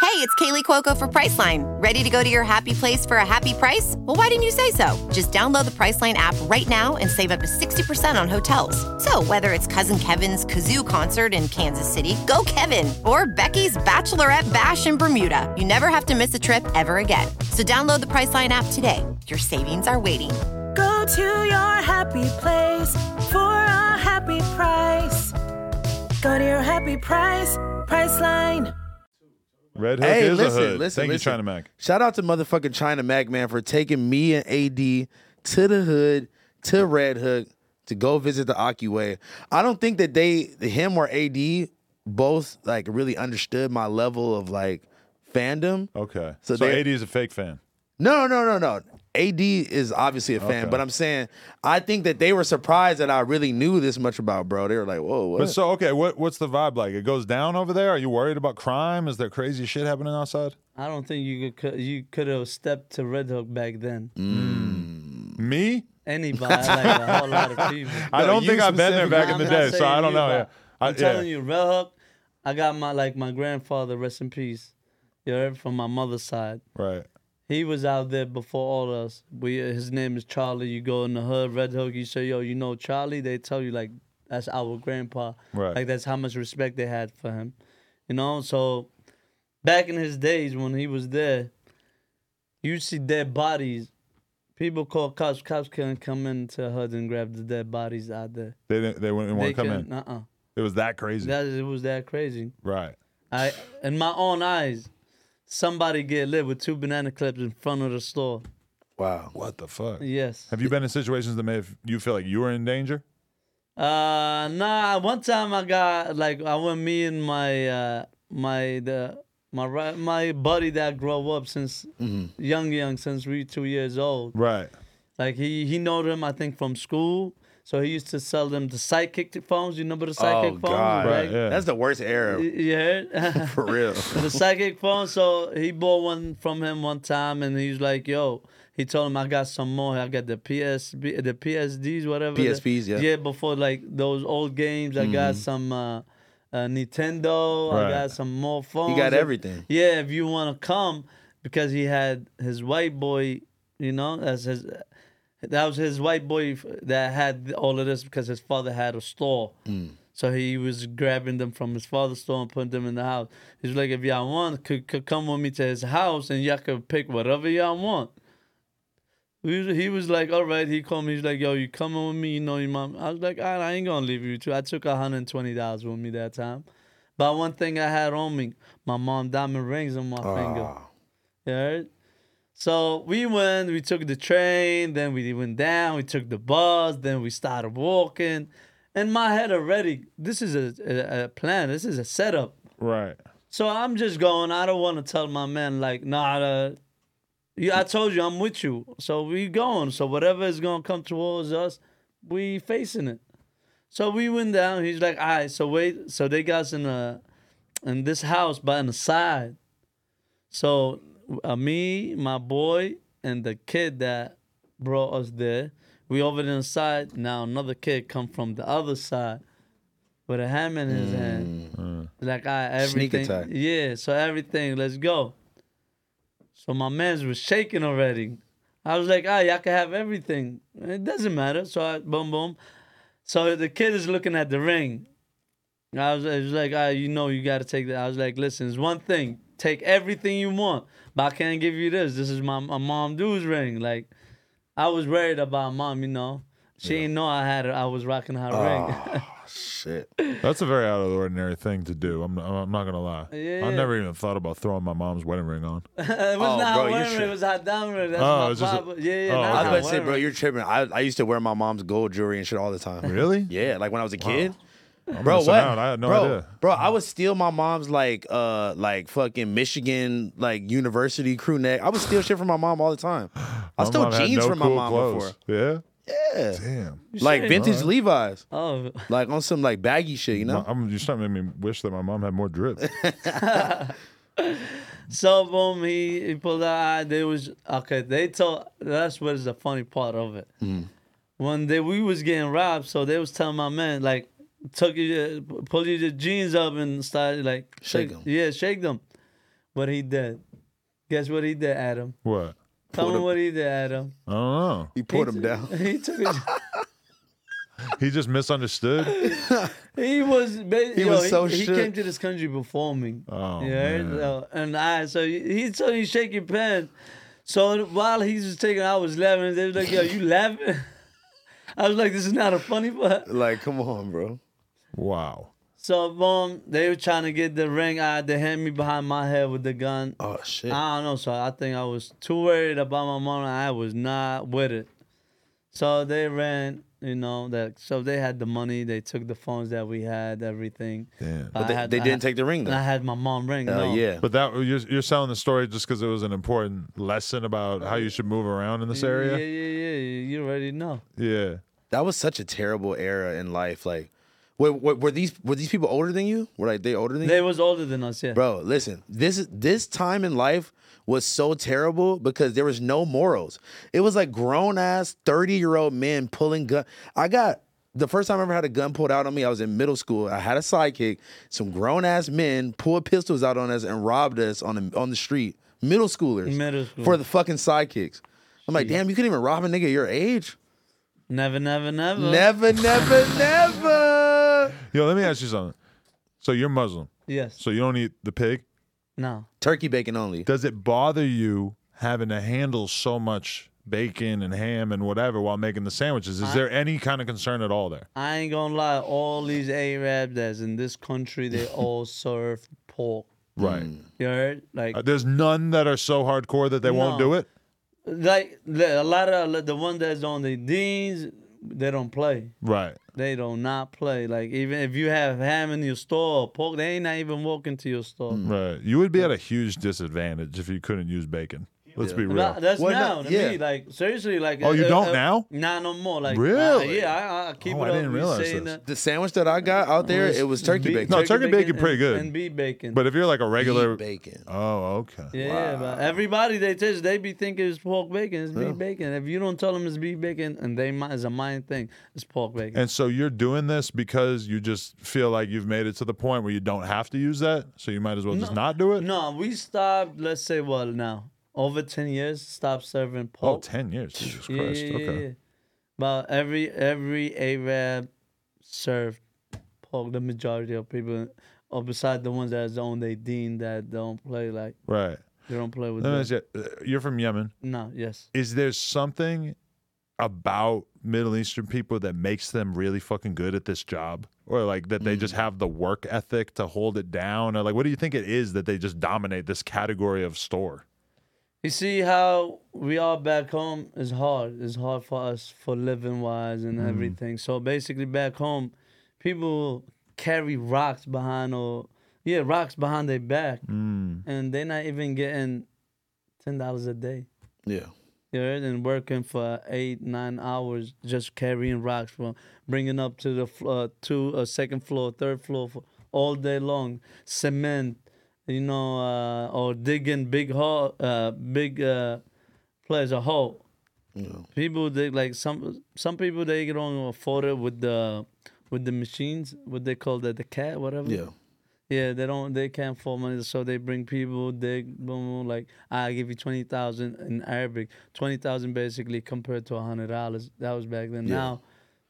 Hey, it's Kaylee Cuoco for Priceline. Ready to go to your happy place for a happy price? Well, why didn't you say so? Just download the Priceline app right now and save up to 60% on hotels. So, whether it's Cousin Kevin's Kazoo concert in Kansas City, go Kevin, or Becky's Bachelorette Bash in Bermuda, you never have to miss a trip ever again. So, download the Priceline app today. Your savings are waiting.
Go to your happy place for a happy price. Go to your happy price, Priceline.
Red Hook
Hey,
is
listen,
a hood.
listen,
Thank
listen.
you, China Mac.
Shout out to motherfucking China Mac, man, for taking me and AD to the hood, to Red Hook, to go visit the Akiway. I don't think that they, him or AD, both like really understood my level of like fandom.
Okay. So,
So
so
they-
AD is a fake fan.
No, no, no, no. AD is obviously a fan,
Okay.
but I'm saying I think that they were surprised that I really knew this much about bro. They were like, "Whoa, what?"
But so okay, what what's the vibe like? It goes down over there. Are you worried about crime? Is there crazy shit happening outside?
I don't think you could you could have stepped to Red Hook back then.
Mm. Me?
Anybody, like a whole lot of people.
I don't
you
think I've been there
specifically.
back in
I'm
the
not
day, so
saying
I don't
you,
know.
but
Yeah. I,
I'm telling you, Red Hook. I got my like my grandfather, rest in peace. You heard from my mother's side.
Right.
He was out there before all of us. We his name is Charlie. You go in the hood, Red Hook. You say, "Yo, you know Charlie?" They tell you like that's our grandpa.
Right.
Like that's how much respect they had for him. You know. So back in his days when he was there, you see dead bodies. People call cops. Cops couldn't come into hood and grab the dead bodies out there.
They didn't. They wouldn't want to come in.
Uh uh
It was that crazy.
That it was that crazy.
right.
I in my own eyes, somebody get lit with two banana clips in front of the store.
Wow.
What the fuck?
Yes.
Have you been in situations that may have you feel like you were in danger?
Uh nah. One time I got like I went me and my uh my the my ri- my buddy that grew up since
Mm-hmm.
young young since we two years old.
Right.
Like he he know them I think from school. So he used to sell them the sidekick phones. You remember the sidekick
Oh,
phones?
God.
Right.
Like,
yeah.
That's the worst
y-
era
You heard?
for real.
the psychic phone. So he bought one from him one time, and he's like, "Yo," he told him, "I got some more. I got the PSB, the PSDs, whatever. the-
PSPs, yeah.
Yeah, before like those old games, I got some uh, uh, Nintendo.
Right.
I got some more phones.
got everything.
Yeah, if you want to come, because he had his white boy, you know, as his. That was his white boy f- that had all of this because his father had a store.
Mm.
So he was grabbing them from his father's store and putting them in the house. He's like, if y'all want, could, could come with me to his house and y'all could pick whatever y'all want. We was- He was like, all right. He called me. He's like, yo, you coming with me? You know your mom. I was like, all right, I ain't gonna leave you too. I took $120 with me that time. But one thing I had on me, my mom diamond rings on my finger. You heard? So we went, we took the train, then we went down, we took the bus, then we started walking. In my head already, this is a, a, a plan, this is a setup.
Right.
So I'm just going, I don't want to tell my man, like, nah, uh, you, I told you I'm with you. So we going. So whatever is going to come towards us, we facing it. So we went down. He's like, all right, so wait. So they got us in, a, in this house, but on the side. So uh, me, my boy, and the kid that brought us there, we over to the side. Now another kid come from the other side with a hammer in his hand. Like, I
Mm. Sneak
everything.
attack.
Yeah, so everything, let's go. So my man's was shaking already. I was like, ah, y'all can have everything. It doesn't matter. So I, boom, boom. So the kid is looking at the ring. I was, I was like, ah, you know, you got to take that. I was like, listen, it's one thing. Take everything you want, but I can't give you this. This is my, my mom dude's ring. Like, I was worried about mom, you know. She didn't know I had it. I was rocking her
Oh.
ring.
Shit.
That's a very out of the ordinary thing to do. I'm, I'm not gonna lie. I never even thought about throwing my mom's wedding ring on.
it was
Oh,
not
bro,
her wedding
you
ring. It
should-
was her diamond ring. That's
Oh,
my
it's just a-
pop. Yeah, yeah.
oh, okay.
not
I was
her
about to say,
wedding
bro,
ring.
you're tripping. I, I used to wear my mom's gold jewelry and shit all the time.
Really?
Yeah, like when I was a kid. bro,
missing
what?
out. I had no
bro,
idea.
Bro, I would steal my mom's like uh like fucking Michigan like university crew neck. I would steal shit from my mom all the time. I
My
stole
mom had
jeans
no
from
cool
my mom
clothes.
before. Yeah.
Yeah. Damn.
Like vintage Levi's.
Oh,
Like on some like baggy shit, you know?
I'm, you're starting to make me wish that my mom had more drip.
so boom, he, he pulled out. They was okay. They told. That's what is the funny part of it.
Mm-hmm.
When they we was getting robbed, so they was telling my man like, took you, pull your jeans up and started like
Shake 'em.
Yeah, shake them. But he did. Guess what he did, Adam?
what?
Tell me what he did, Adam.
I don't know.
You pulled him down.
He took. A,
He just misunderstood.
He was ba-
He
yo,
was so
he, he
shook.
came to this country before me.
Oh,
You heard?
man.
So- and I so he he told you shake your pants. So while he was taking, I was laughing. They was like, "Yo, you laughing?" I was like, "This is not a funny part."
Like, come on, bro.
Wow.
So boom, they were trying to get the ring out. They had me behind my head with the gun.
Oh shit.
I don't know. So I think I was too worried about my mom. I was not with it. So they ran. You know that. So they had the money. They took the phones that we had, everything.
Damn.
But
they,
I had-
they
I
didn't
had-
take the ring
And I
though.
had my mom ring.
Oh
no.
yeah.
But that you're, you're selling the story just because it was an important lesson about how you should move around in this
Yeah, yeah,
area.
yeah, yeah. You already know.
Yeah.
That was such a terrible era in life. Like, wait, wait, were these were these people older than you? Were like they older than you?
They was older than us, yeah.
Bro, listen. This is- this time in life was so terrible because there was no morals. It was like grown ass thirty year old men pulling gun. I got the first time I ever had a gun pulled out on me. I was in middle school. I had a sidekick. Some grown ass men pulled pistols out on us and robbed us on the on the street. Middle schoolers
Middle school.
for the fucking sidekicks. I'm like, damn, you couldn't even rob a nigga your age.
Never, never, never.
Never, never, never.
Yo, let me ask you something. So you're Muslim,
Yes.
so you don't eat the pig.
No.
Turkey bacon only.
Does it bother you having to handle so much bacon and ham and whatever while making the sandwiches? Is there any kind of concern at all there?
I ain't gonna lie, all these Arabs that's in this country, they all serve pork.
Right.
You heard? Like,
Uh, there's none that are so hardcore that they won't
No.
do it.
like the- a lot of like, the one that's on the deans, they don't play.
Right.
They do not play. Like even if you have ham in your store or pork, they ain't not even walking to your store.
Right. You would be at a huge disadvantage if you couldn't use bacon. Let's be real.
No, that's
Well,
now
no,
to
yeah.
me. Like seriously, like
Oh, you don't now?
Nah, no more. Like
Really?
uh, yeah, I, I keep
Oh, I
it up.
didn't
You
realize
saying
this.
that-
The sandwich that I got out there, it was turkey
Beef-
bacon.
No, turkey bacon pretty good.
and, and beef bacon.
But if you're like a regular,
Beef bacon.
oh, okay.
yeah, yeah, but everybody they taste, they be thinking it's pork bacon, it's beef bacon. If you don't tell them it's beef bacon, and they might it's a mind thing, it's pork bacon.
And so you're doing this because you just feel like you've made it to the point where you don't have to use that, so you might as well just not do it.
no, we stopped. Let's say what now? Over ten years, stopped serving
Oh,
pork.
10 years. Jesus
Yeah,
Christ.
yeah, yeah,
okay.
yeah. But every every Arab served pork. The majority of people, or beside the ones that's on they dean that don't play like
Right.
they don't play with.
Let me
the-
ask you, uh, you're from Yemen.
No, yes.
Is there something about Middle Eastern people that makes them really fucking good at this job? Or like that they
Hmm.
just have the work ethic to hold it down? Or like, what do you think it is that they just dominate this category of store?
You see how we are back home is hard. It's hard for us for living wise and everything. So basically, back home, people carry rocks behind or yeah, rocks behind their back, and they're not even getting ten dollars a day.
Yeah.
You heard? And working for eight, nine hours just carrying rocks from bringing up to the fl- uh, to uh, second floor, third floor for all day long. Cement, you know, uh, or digging big hole, uh, big uh, place a hole. People they like some some people they don't afford it with the with the machines. What they call that the cat, whatever.
Yeah.
Yeah, they don't. They can't afford money, so they bring people. They boom, boom like I give you twenty thousand in Arabic, twenty thousand basically compared to hundred dollars. That was back then. Now,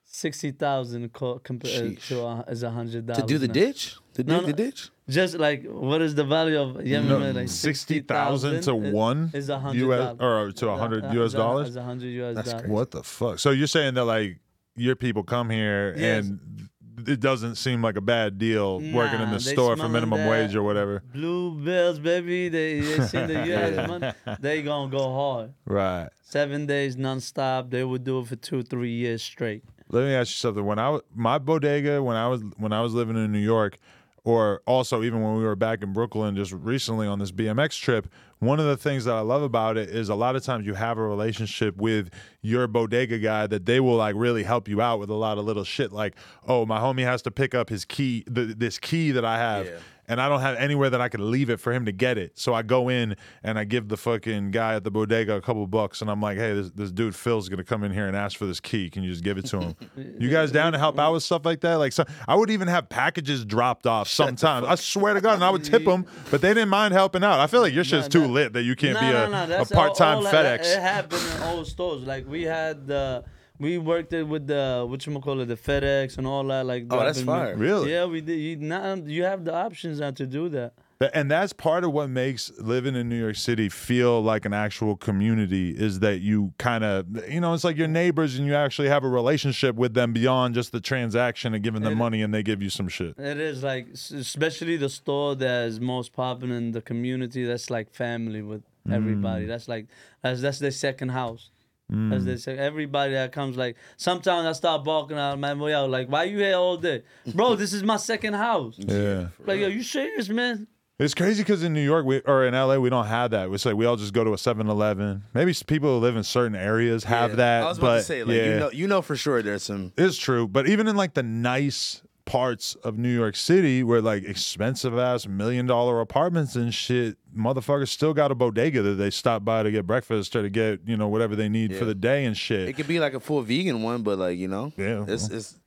sixty thousand co- compared
Sheesh.
to uh, is hundred dollars.
To do the
now.
ditch? To
No,
dig
no.
the ditch?
Just like what is the value of Yemen?
No,
like
60,000 to
is-
one
is a hundred
US
dollars
or to a hundred US dollars?
Is a hundred US dollars.
What the fuck? So you're saying that like your people come here
Yes.
and it doesn't seem like a bad deal working in
Nah,
the
they
store for
smelling
minimum
that.
wage or whatever.
Blue bills, baby. They they see the US money. They gonna go hard.
Right.
Seven days nonstop. They would do it for two, three years straight.
Let me ask you something. When I wa- my bodega when I was when I was living in New York, or also even when we were back in Brooklyn just recently on this BMX trip, one of the things that I love about it is a lot of times you have a relationship with your bodega guy that they will like really help you out with a lot of little shit like, oh, my homie has to pick up his key, th- this key that I have. And I don't have anywhere that I can leave it for him to get it. So I go in and I give the fucking guy at the bodega a couple bucks, and I'm like, "Hey, this, this dude Phil's gonna come in here and ask for this key. Can you just give it to him?" you guys down to help out with stuff like that? Like, so, I would even have packages dropped off sometimes. I swear to God, and I would tip them, but they didn't mind helping out. I feel like your shit's too
that-
lit that you can't
No,
be
no,
a,
no,
a
that's all-
part-time
all that- eh,
FedEx.
It happened in all stores. Like we had uh, we worked it with the what you call it, the FedEx and all that. Like
Oh, that's
dropping-
fire.
Really?
Yeah, we did. You, now you have the options now to do that.
Th- And that's part of what makes living in New York City feel like an actual community is that you kind of, you know, it's like your neighbors and you actually have a relationship with them beyond just the transaction of giving them money and they give you some shit.
It is like, s- especially the store that is most popular in the community. That's like family with
Mm.
everybody. That's like that's that's their second house. That's their sec- everybody that comes. Like sometimes I start barking out my way out. Like, why you here all day, bro? this is my second house.
Yeah.
Like, yo, you serious, man?
It's crazy because in New York we, or in LA, we don't have that. It's like we all just go to a 7 Eleven. Maybe s- people who live in certain areas have
Yeah.
that.
I was about
but
to say, like,
yeah.
you know, you know for sure there's some.
It's true, but even in like the nice parts of New York City, where like expensive ass million dollar apartments and shit, motherfuckers still got a bodega that they stop by to get breakfast or to get you know whatever they need for the day and shit.
It could be like a full vegan one, but like you know,
Yeah,
it's,
well.
it's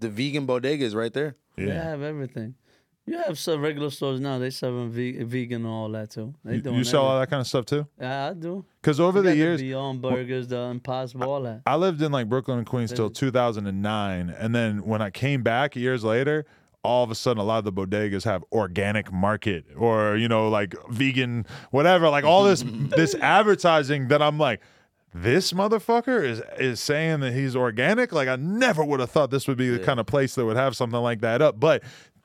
the vegan bodega is right there.
You have everything. You have some regular stores now. They serving ve- vegan and all that too. They
You,
doing
you sell all
everything.
that kind of stuff too,
Yeah, I do.
because over
You got
the years,
Beyond Burgers, the Impossible, all that.
I lived in like Brooklyn and Queens till 2009, and then when I came back years later, all of a sudden a lot of the bodegas have organic market or you know like vegan whatever, like all this this advertising that I'm like. This motherfucker is is saying that he's organic. Like I never would have thought this would be the kind of place that would have something like that up. But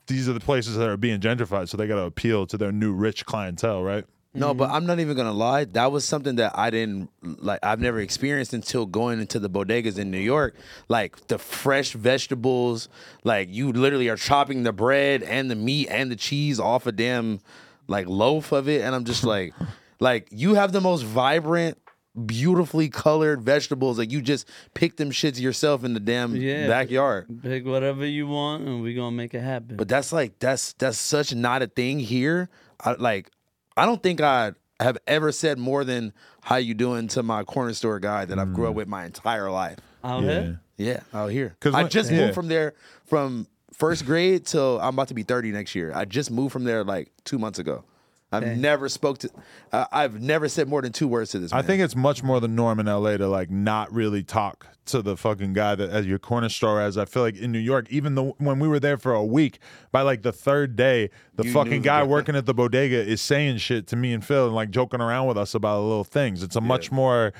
these are the places that are being gentrified, so they got to appeal to their new rich clientele, right?
No, but I'm not even gonna lie. That was something that I didn't like. I've never experienced until going into the bodegas in New York. Like the fresh vegetables, like you literally are chopping the bread and the meat and the cheese off a damn like loaf of it, and I'm just like, like you have the most vibrant, beautifully colored vegetables. Like you just pick them shits yourself in the damn
Yeah.
backyard.
Pick whatever you want, and we gonna make it happen.
But that's like that's that's such not a thing here. I, like I don't think I have ever said more than how you doing to my corner store guy that I've grew up with my entire life.
out here,
Yeah, out here.
Mm. 'Cause
I
when-
just
yeah.
moved from there from first grade till I'm about to be 30 next year. I just moved from there like two months ago. I've never spoke to. I I've never said more than two words to this.
I
man.
think it's much more the norm in LA to like not really talk to the fucking guy that as your corner store as I feel like in New York, even though when we were there for a week, by like the third day, the fucking guy working at the bodega is saying shit to me and Phil and like joking around with us about little things. It's a much more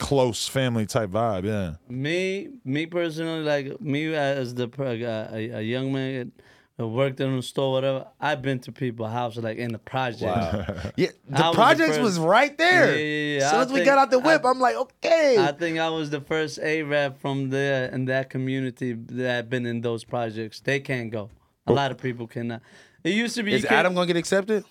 close family type vibe. Yeah.
me, me personally, like me as the per- uh, a, a young man that worked in a store, whatever. I've been to people's houses, like in the project. I
yeah. The
was the
projects
first-
was right there.
Yeah, yeah, yeah.
As
I
soon as we
think-
got out the
I-
whip, I, am like, okay.
I think I was the first Arab from there in that community that had been in those projects. They can't go. A lot of people cannot. It used to be.
Oh. Is
you could-
Adam gonna get accepted?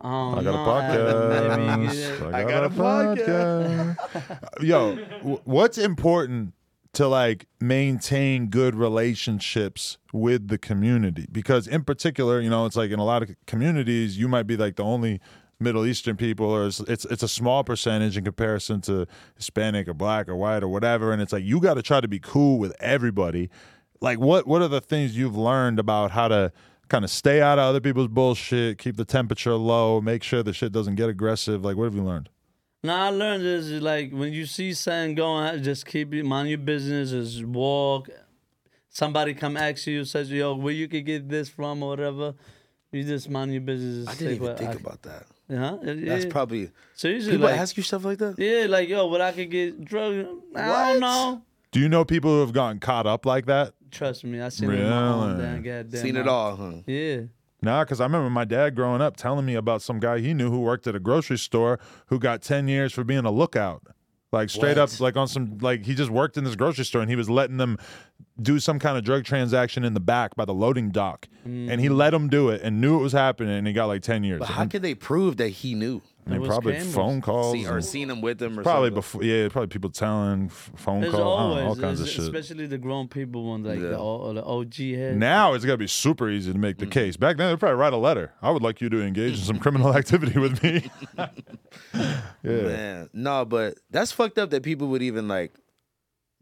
Oh,
I got
no,
a
Adam, maybe you
podcast.
get-
I got a podcast. Yo, w- what's important to like maintain good relationships with the community? Because in particular, you know, it's like in a lot of communities, you might be like the only Middle Eastern people, or it's it's, it's a small percentage in comparison to Hispanic or Black or White or whatever. And it's like you got to try to be cool with everybody. Like, what what are the things you've learned about how to kind of stay out of other people's bullshit, keep the temperature low, make sure the shit doesn't get aggressive? Like, what have you learned?
No, I learned is like when you see something going, just keep it, mind your business, just walk. Somebody come ask you, says, "Yo, where you could get this from or whatever." You just mind your business.
I didn't even think about that.
Huh?
That's probably
seriously
people
like,
ask you stuff like that.
yeah, like yo, what I could get drugs. I
What?
don't know.
Do Do you know people who have gotten caught up like that?
Trust me, I seen it in my own
Really?
damn goddamn.
Seen it
eyes.
all, huh?
Yeah.
Nah, because I remember my dad growing up telling me about some guy he knew who worked at a grocery store who got 10 years for being a lookout. Like straight up, like on some, like he just worked in this grocery store and he was letting them do some kind of drug transaction in the back by the loading dock. And he let them do it and knew it was happening and he got like 10 years.
Mm. But how Oh,
and,
could they prove that he knew?
and
was
probably
cameras?
phone calls.
See, or
and
seen him with him or
probably
something?
before, yeah, probably people telling, f- phone
There's
calls,
always,
all kinds of
there's-
shit.
especially the grown people ones, like
Yeah.
the, o- the OG head.
Now it's gonna be super easy to
Mm.
make the case. Back then, they'd probably write a letter. I would like you to engage in some criminal activity with me. yeah,
Man, no, but that's fucked up that people would even like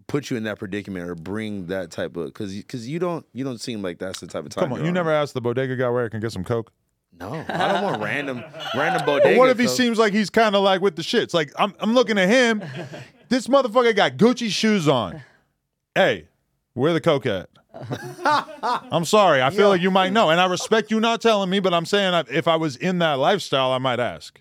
put you in that predicament or bring that type of because because you don't you don't seem like that's the type of time.
come on.
you're
You never asked the bodega guy where I can get some coke.
No, I don't want random random bodega.
But what if he
folk.
seems like he's kind of like with the shits? Like I'm, I'm looking at him. this motherfucker got Gucci shoes on. Hey, where the coke at? I'm sorry. I feel like you might know, and I respect you not telling me, but I'm saying I, if I was in that lifestyle, I might ask.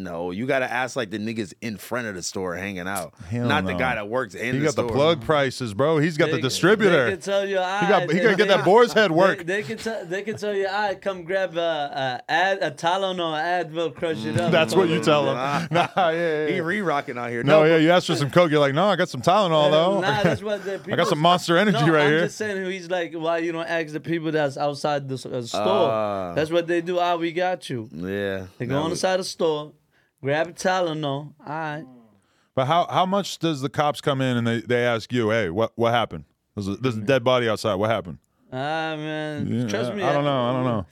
No, you gotta ask like the niggas in front of the store hanging out,
Hell
not the
no.
guy that works in
He
the
got
store.
the plug prices, bro. He's got
They-
the distributor.
They can tell
he
you,
got, he got to get that boar's head work.
They, they can tell. They can tell you. I come grab a, a, ad, a Tylenol, Advil, crush it
Mm,
up.
That's what you
Nah,
tell them. Nah, yeah, yeah,
He
yeah.
re-rocking out here.
No,
No,
yeah, you asked for some coke. You're like, no, I got some Tylenol though.
Nah, that's what the people.
I got some Monster Energy
no,
right
I'm
here.
just saying. He's like, why you don't ask the people that's outside the s- uh, store?
Ah.
that's what they do. Ah, we got you.
yeah,
They go
no,
on the side of the store, grab a Tylenol. Ah, All right.
But how how much does the cops come in and they, they ask you, hey, what what happened? There's a, there's a dead body outside. What happened?
Ah man,
Yeah,
trust
I-
me.
I don't know. I don't know.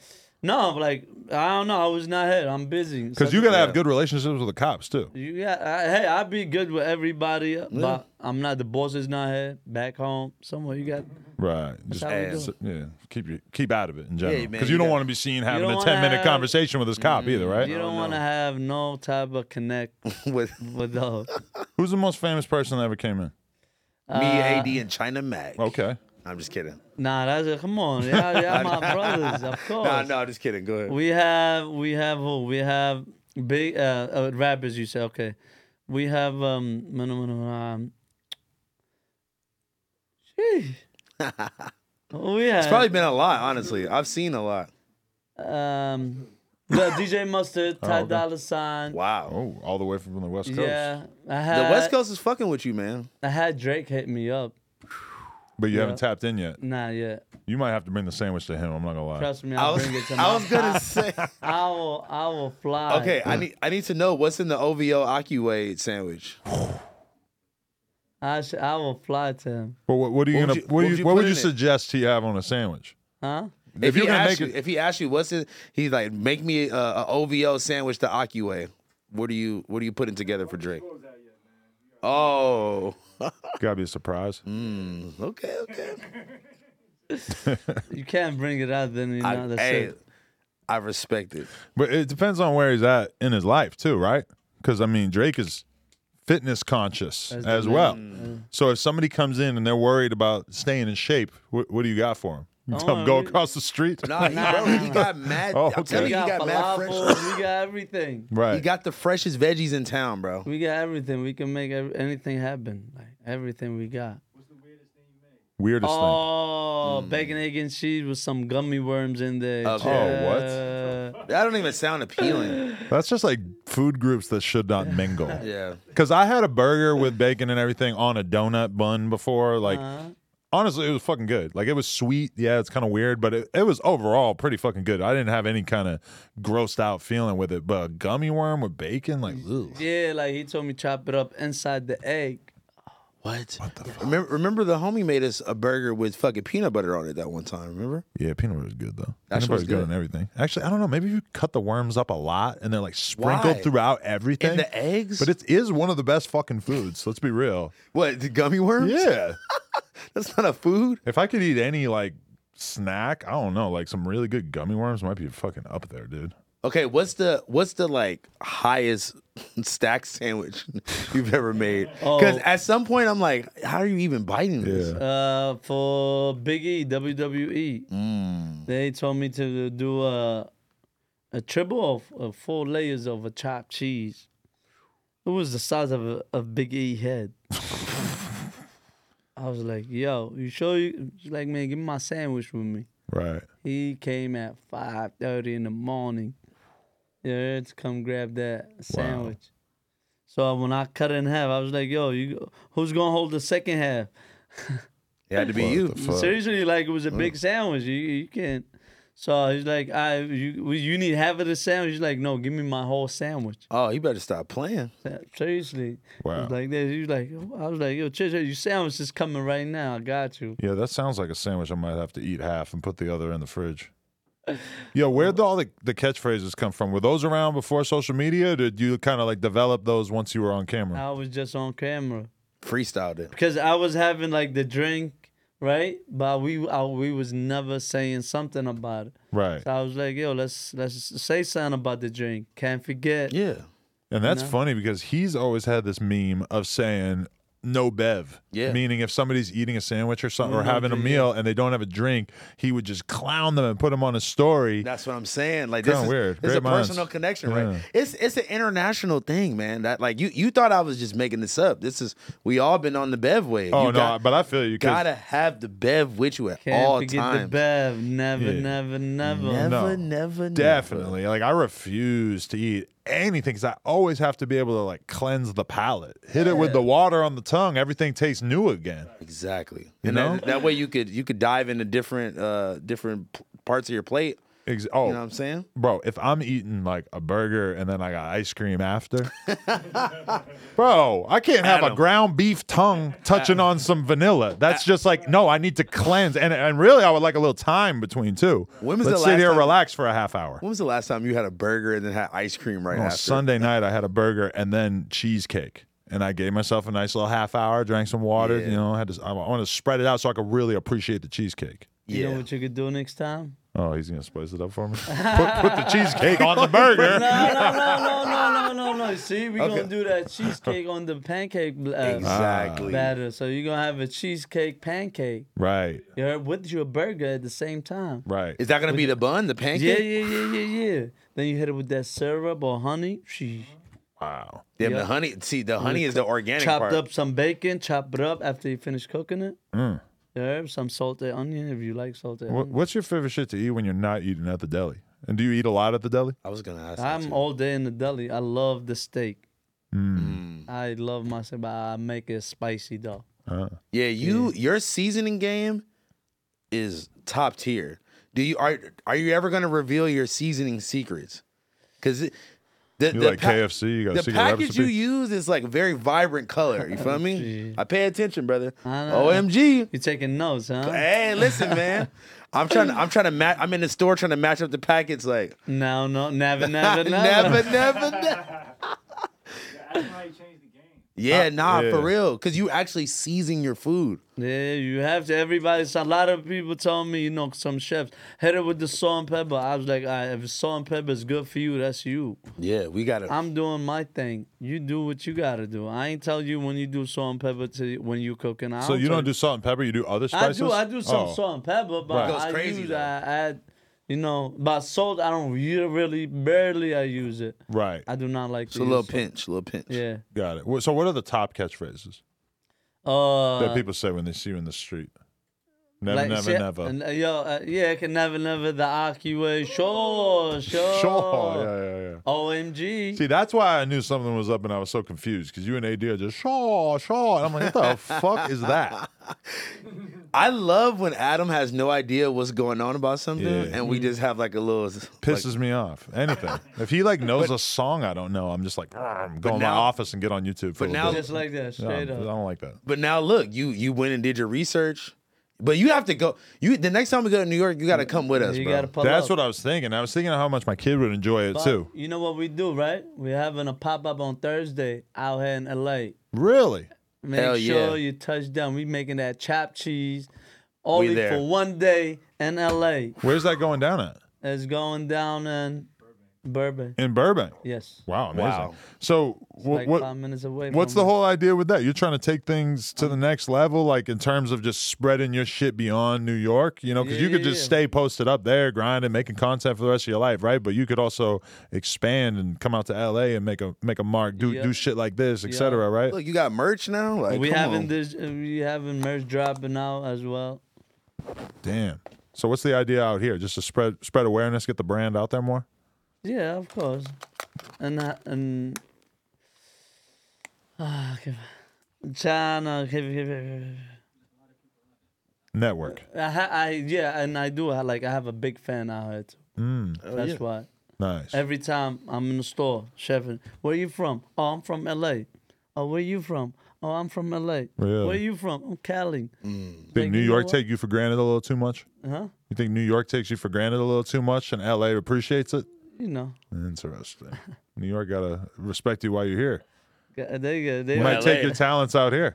No, but like I don't know. I was not here. I'm busy.
Because you gotta have good relationships with the cops too.
You got I, hey, I be good with everybody, but I'm not. The boss is not here. Back home somewhere. You got.
Right. Just
how we do
s- yeah. Keep your, keep out of it in general.
Yeah, man,
Because
you
you don't
got-
want to be seen having
don't
a
wanna
ten minute
have- Mm-hmm.
conversation with this cop either, right?
You don't want to have no type of connect
with
with those.
Who's the most famous person that ever came in?
me, AD, and China Mac.
Okay.
I'm just kidding.
Nah, that's it. Come on, yeah, yeah, my brothers, of course.
No, no, I'm just kidding. Go ahead.
We have, we have who? We have big uh, uh rappers. You say okay. We have um, mano, mano, um Gee. we have
It's probably been a lot, honestly. I've seen a lot.
um, the DJ Mustard, Ty
okay.
Dolla Sign.
Wow.
Oh, all the way from the West Coast.
Yeah, I
The
had
West Coast is fucking with you, man.
I had Drake hit me up.
But you haven't tapped in yet.
Nah, yeah.
You might have to bring the sandwich to him. I'm not gonna lie.
Trust me,
I
I'll
was,
bring it to my
I was gonna say.
I will, I will fly.
Okay, I need, I need to know what's in the OVO Ocuway sandwich.
I sh- I will fly to him.
But what, what are you
What would
gonna?
you-
what,
what
do
would
you,
you
what
put
would you
in it?
suggest he have on a sandwich?
Huh?
If,
you're
he
gonna
asks
make
you,
it-
if he asks you what's in, he's like, make me a, a OVO sandwich to Ocuway. What are you, what are you putting together for Drake? Oh,
Gotta be a surprise.
Mm. okay, okay.
You can't bring it out, then you know
I,
that's
hey,
it.
I respect it.
But it depends on where he's at in his life too, right? Because I mean, Drake is fitness conscious
That's
as,
the man. Mm.
well. So if somebody comes in and they're worried about staying in shape, what, what do you got for him? You tell him
Oh,
go
we-
across the street,
Nah, he, bro, he got mad.
Oh,
I'm
okay.
telling
We
you, he
got,
got mad fresh.
falafels. we got everything.
right?
He got the freshest veggies in town, bro.
We got everything. We can make ev- anything happen. Like everything we got.
Weirdest
Oh, bacon, egg, and cheese with some gummy worms in there.
Hmm. Okay.
Oh, what?
what?
That don't even sound appealing.
thing. That's just like food groups that should not mingle.
yeah.
Because I had a burger with bacon and everything on a donut bun before, like.
Uh-huh.
Honestly, it was fucking good. Like it was sweet. Yeah, it's kind of weird, but it, it was overall pretty fucking good. I didn't have any kind of grossed out feeling with it. But a gummy worm with bacon, like, ugh.
Mm-hmm.
Yeah, like he told me chop it up inside the egg.
What? Remember, remember the homie made us a burger with fucking peanut butter on it that one time. Remember?
Yeah, peanut butter is good though.
That
peanut
shit
butter
was
is good
good.
on everything. Actually, I don't know. Maybe if you cut the worms up a lot and they're like sprinkled
Why?
throughout everything.
And the eggs?
But it is one of the best fucking foods. Let's be real.
What? The gummy worms?
Yeah.
That's not a food.
if I could eat any like snack, I don't know, like some really good gummy worms might be fucking up there, dude.
Okay, what's the what's the like highest stack sandwich you've ever made? Because
Oh.
at some point I'm like, how are you even biting this?
Uh, for Big E, WWE, they told me to do a a triple of, of four layers of a chopped cheese. It was the size of a of Big E head. I was like, yo, you sure you she's like man, give me my sandwich with me.
Right.
He came at five thirty in the morning. Yeah, to come grab that sandwich. So when I cut it in half, I was like, yo, you who's gonna hold the second half?
It had to be you.
Seriously, like it was a
uh,
big sandwich. You you can't. So he's like, I you we- you need half of the sandwich. He's like, no, give me my whole sandwich.
Oh, you better stop playing.
Seriously,
Wow.
It was like this. He was like, I was like, yo, Chish, your sandwich is coming right now. I got you.
Yeah, that sounds like a sandwich. I might have to eat half and put the other in the fridge. Yo, where'd all the, the catchphrases come from? Were those around before social media? Or did you kind of like develop those once you were on camera?
I was just on camera
Freestyled it.
because I was having like the drink, right? But we I, we was never saying something about it.
Right.
So I was like, yo, let's let's say something about the drink. Can't forget.
Yeah.
And that's funny because he's always had this meme of saying no bev.
Yeah.
Meaning if somebody's eating a sandwich or something or having a meal and they don't have a drink, he would just clown them and put them on a story.
That's what I'm saying. Like
Kinda
this is,
weird.
It's
Great
a personal
minds.
connection,
Yeah.
right? It's it's an international thing, man. That like you you thought I was just making this up. This is we all been on the bev wave.
oh
you
no, but I feel you 'cause-
gotta have the bev with you at
Can't
all
forget the
times.
Bev. Never,
Yeah.
never, never.
Never,
No.
never,
Definitely. Like I refuse to eat anything because I always have to be able to like cleanse the palate. Hit it with the water on the tongue. Everything tastes new again.
Exactly.
You
and
know?
that, that way you could you could dive into different uh different p- parts of your plate.
Ex- oh,
You know what I'm saying?
bro, if I'm eating like a burger and then I got ice cream after, bro, I can't have a
Adam.
ground beef tongue touching on some vanilla. That's just like no. I need to cleanse, and and really, I would like a little time between two.
When was
Let's
the
sit
last
here,
time-
relax for a half hour.
When was the last time you had a burger and then had ice cream right
On
after?
Sunday night, I had a burger and then cheesecake. And I gave myself a nice little half hour, drank some water. You know, had to. I want to spread it out so I could really appreciate the cheesecake.
You know
Yeah.
what you could do next time?
Oh, he's gonna spice it up for me. put, put the cheesecake on the burger.
No, no, no, no, no, no, no. See, we gonna do that cheesecake on the pancake bl- uh,
Exactly.
batter. So you're gonna have a cheesecake pancake.
Right,
You heard with your burger at the same time.
right.
Is that gonna be the bun, the
Yeah,
pancake?
yeah, yeah, yeah, yeah. Then you hit it with that syrup or honey. She
wow.
Damn,
Yeah.
the honey. See, the honey is the organic
chopped
part.
up some bacon, chop it up after you finish cooking it. You heard? Some salted onion if you like salted
What,
onion.
what's your favorite shit to eat when you're not eating at the deli? And do you eat a lot at the deli?
I was gonna ask. that
I'm
too.
all day in the deli. I love the steak. I love my steak, but I make it spicy though.
Yeah, you your seasoning game is top tier. Do you are are you ever gonna reveal your seasoning secrets? Because the,
You
the
like
pa-
KFC? You got a
the
uh, secret
package
recipe?
you use is like very vibrant color. You feel me? I pay attention, brother.
I know.
Omg.
You taking notes, huh?
Hey, listen, man. I'm trying. To, I'm trying to. Ma- I'm in the store trying to match up the packets. Like
No, no, never, never, never.
never, never, never. Yeah, nah,
Uh, yeah.
for real. Cause you actually season your food.
Yeah, you have to. Everybody's a lot of people tell me, you know, some chefs hit it with the salt and pepper. I was like, all right, if salt and pepper is good for you, that's you.
Yeah, we gotta.
I'm doing my thing. You do what you gotta do. I ain't tell you when you do salt and pepper to when you cooking. I
So you
tell
don't do salt and pepper. You do other
I
spices.
do. I do some
Oh.
salt and pepper, but
Right. It
goes
I
crazy,
use.
though.
I add, you know, but salt. I don't re- really, barely. I use it.
Right.
I do not like.
It's
to
a little
use salt.
pinch, a little pinch.
Yeah.
Got it. Wh- So what are the top catchphrases
Uh,
that people say when they see you in the street? Never,
like,
never,
see,
never.
And, uh, yo, uh, yeah, I can never, never the Aki way. Sure, sure.
Sure. Yeah, yeah, yeah.
OMG.
See, that's why I knew something was up and I was so confused because you and AD are just shaw, shaw. And I'm like, what the fuck is that?
I love when Adam has no idea what's going on about something,
Yeah.
and we
Mm-hmm.
just have like a little. like,
Pisses me off. Anything. If he like knows a song I don't know, I'm just like, "Argh," go in my
now-
office and get on YouTube for a
but
little
now-
bit.
Just like that,
No, I
straight up.
don't like that.
but now look, you you went and did your research, but you have to go. You the next time we go to New York, you got to come with us,
You
bro.
gotta pull
That's
up.
what I was thinking. I was thinking of how much my kid would enjoy it too.
You know what we do, right? We're having a pop up on Thursday out here in LA.
Really?
Make
Hell yeah.
sure you touch down. We making that chopped cheese only
there.
for one day in LA.
Where's that going down at?
It's going down in Burbank.
in Burbank.
Yes.
Wow, amazing.
Wow.
So wh-
Like
what?
five minutes away.
What's
from
the whole idea with that? You're trying to take things to the next level, like in terms of just spreading your shit beyond New York, you know, because you
Yeah,
could just
yeah.
stay posted up there, grinding, making content for the rest of your life, right? But you could also expand and come out to LA and make a make a mark, do
Yeah.
do shit like this,
Yeah.
etc. Right?
Look, you got merch now. Like
we
come
having
on.
this. uh, We having merch dropping out as well.
Damn. So what's the idea out here? Just to spread spread awareness, get the brand out there more.
Yeah, of course. And ha- and ah, okay. China. okay, okay, okay, okay.
Network.
I, ha- I yeah, and I do. I like I have a big fan out here too.
Mm.
Oh,
That's why
Nice.
every time I'm in the store, Chevin, where you from? Oh, I'm from LA. Oh, where you from? Oh, I'm from LA. Where
Really?
you from? I'm Cali.
Mm.
Think
like,
New
you know
York
what? Uh-huh.
take you for granted a little too much?
Huh?
You think New York takes you for granted a little too much, and LA appreciates it?
You know.
Interesting. New York gotta respect you while you're here.
Yeah, uh, They go. They
You might
like,
take your talents out here.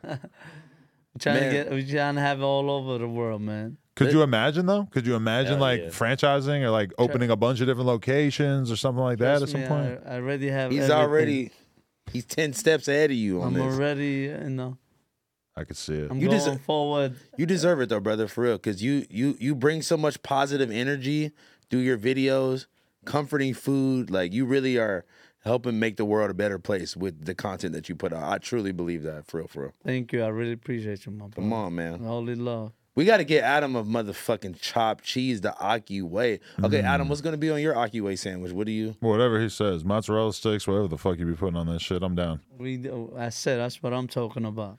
trying
Man.
to get. We trying to have it all over the world, man.
Could you imagine though? Could you imagine
Hell
like
yeah.
franchising or like opening a bunch of different locations or something like that at
Trust
some
me,
point?
I, I already have.
He's
everything.
already he's ten steps ahead of you on
I'm
this.
already. You know.
I could see it.
I'm
You
going
just-
forward.
You deserve it though, brother, for real. Cause you you you bring so much positive energy through your videos, comforting food. Like you really are helping make the world a better place with the content that you put out. I truly believe that, for real, for real.
Thank you. I really appreciate you, my brother.
Come on, man.
Holy love.
We got to get Adam of motherfucking chopped cheese the Aki way. Okay, Adam, what's gonna be on your Aki way sandwich? What do you?
Whatever he says, mozzarella sticks, whatever the fuck you be putting on that shit, I'm down.
We. do- I said that's what I'm talking about.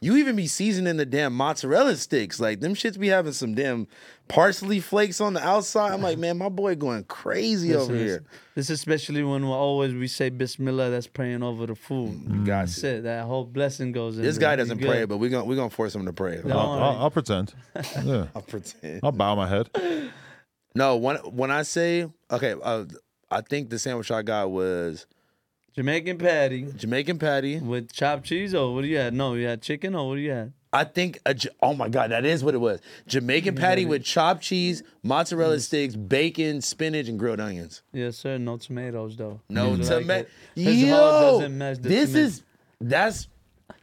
You even be seasoning the damn mozzarella sticks. Like them shits be having some damn parsley flakes on the outside. I'm like, man, my boy going crazy
This
over
is-
here.
This especially when we always we say Bismillah. That's praying over the food. That's it. That whole blessing goes in.
This
there.
guy
You
doesn't
good.
pray, but we're gonna we gonna force him to pray.
No.
I'll,
All
I'll,
right.
I'll pretend. Yeah,
I'll pretend.
I'll bow my head.
No, when when I say okay, uh, I think the sandwich I got was
Jamaican patty
Jamaican patty.
with chopped cheese. Or what do you had? No, you had chicken. Or what do you had?
I think a, Ja- oh my god, that is what it was. Jamaican patty with chopped cheese, mozzarella sticks, bacon, spinach, and grilled onions.
Yes, sir. No tomatoes though.
No
He's
tomato.
Like it. His heart
Yo,
doesn't match the
this
tomato.
is that's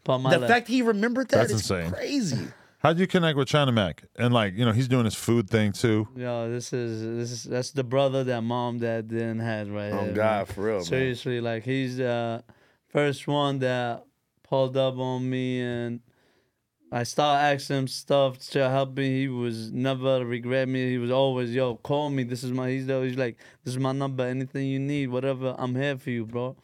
Palmala.
the fact he remembered that
That's
is
insane.
crazy.
How'd you connect with China Mac? And like, you know, he's doing his food thing too.
Yo, this is this is that's the brother that mom dad didn't had right
Oh
here,
God, for real, man.
Seriously, like he's the first one that pulled up on me and I started asking him stuff to help me. He was never regret me. He was always, yo, call me. This is my he's always like, this is my number, anything you need, whatever, I'm here for you, bro.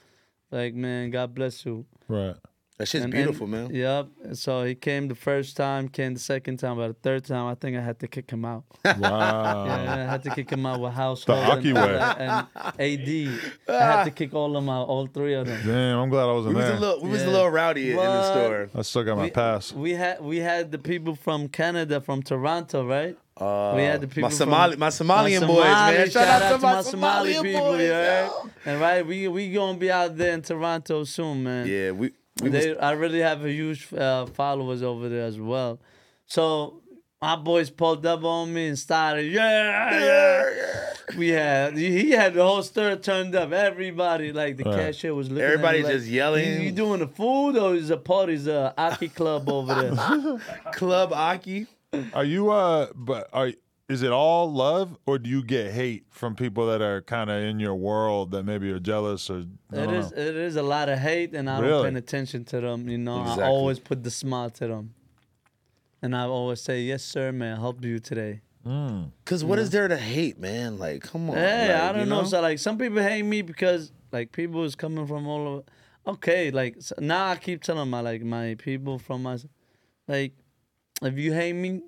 Like, man, God bless you.
Right.
That shit's
And-
beautiful,
and-
man.
Yep. And So he came the first time, came the second time, but the third time I think I had to kick him out.
Wow.
Yeah, I had to kick him out with household
The hockey
and,
way.
and AD. I had to kick all of them out, all three of them.
Damn, I'm glad I wasn't
We was
there.
a little, we was a
Yeah.
little rowdy in the
What?
store.
I still got my
We-
pass.
We had we had the people from Canada, from Toronto, right?
Uh,
we had the
my
people
Somali,
from,
my Somalian boys, man. Shout, out, to my Somali, people, boys,
you heard?
yo.
And right, we we gonna be out there in Toronto soon, man.
Yeah, we, we was-
they, I really have a huge uh, followers over there as well. So my boys pulled up on me and started, yeah, yeah. We had he had the whole store turned up. Everybody like the cashier was looking. at me
Everybody
like,
just yelling.
You, you doing the food or is a party? Is a hockey club over there?
Club Aki.
Are you uh but are is it all love or do you get hate from people that are kind of in your world that maybe are jealous or I
it
don't
is.
know.
It is a lot of hate, and I don't
Really?
pay attention to them. You know,
Exactly.
I always put the smile to them, and I always say, "Yes, sir, man, help you today."
Cause what is there to hate, man? Like, come on.
Hey,
like,
I don't
you
know? So like, some people hate me because like people is coming from all over. Okay, like s now I keep telling my like my people from my, like, if you hate me,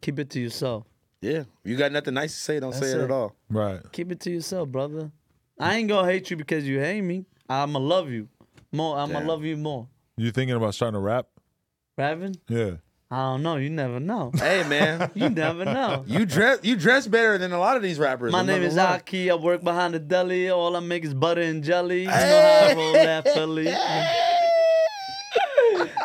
keep it to yourself.
yeah, If you got nothing nice to say. Don't say
That's
it,
it.
at all.
Right.
Keep it to yourself, brother. I ain't gonna hate you because you hate me. I'ma love you more. I'ma
Damn.
love you more.
You thinking about starting to rap?
Raven,
Yeah.
I don't know. You never know.
Hey, man,
You never know.
you dress you dress better than a lot of these rappers.
My
I'm
name
not
is
gonna lie.
Aki. I work behind the deli. All I make is butter and jelly. You know how I roll that, Philly.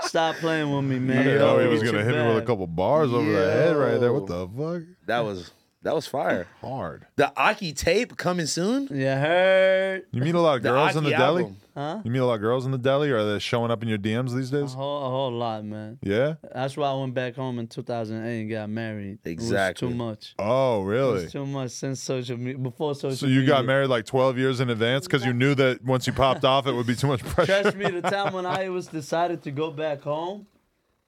Stop playing with me, man.
I didn't
Don't
know he
get
was
you
gonna hit me with a
back.
couple bars over the head right there. What
Yo.
the fuck?
That was That was fire.
Hard.
The Aki tape coming soon.
Yeah, heard.
You meet a lot of
The
girls in
Aki
the deli.
album.
You meet a lot of girls in the deli, or are they showing up in your DMs these
A
days?
whole, a whole lot, man.
Yeah.
That's why I went back home in 2008 and got married. It was
Exactly.
too much.
Oh,
It
really?
was too much since social media. Before social
So
media.
you got married like 12 years in advance because you knew that once you popped off, it would be too much pressure.
Trust me, the time when I was decided to go back home,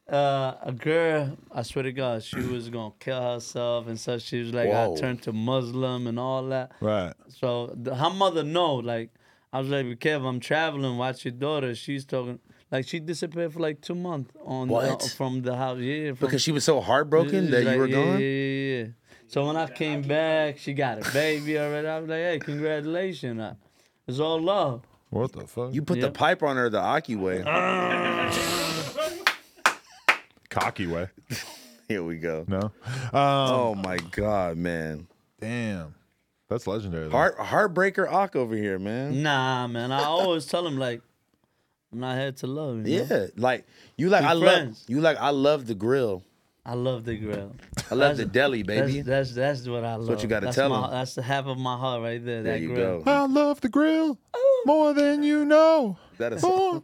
uh, a girl, I swear to God, she was gonna kill herself and such. She was like,
Whoa.
I turned to Muslim and all that.
Right.
So the, her mother know, like, I was like, Kev, I'm traveling. Watch your daughter. She's talking. Like she disappeared for like two months on the-
What?
from the house. Yeah, from,
Because she was so heartbroken that
like,
you were
yeah,
gone.
Yeah, yeah, yeah. So when I came back, she got a baby already. I was like, hey, congratulations. Uh, It's all love.
What the fuck?
You
You
put the
Yep.
pipe on her the Aki way.
Uh-huh.
cocky way.
Here we go.
No.
Oh my god, man.
Damn. That's legendary. though.
Heart heartbreaker Ak over here,
Mm-hmm.
man.
Nah, man. I always tell him like, I'm not here to love you. know?
Yeah, like you like
We
I
friends.
love you like I love the grill.
I love the grill.
I love the deli,
That's,
baby.
that's that's what I love.
what you gotta
That's
tell
my-
'em.
That's the half of my heart right there.
There
that
you
grill.
go.
I love the grill more than you know.
That is
Oh.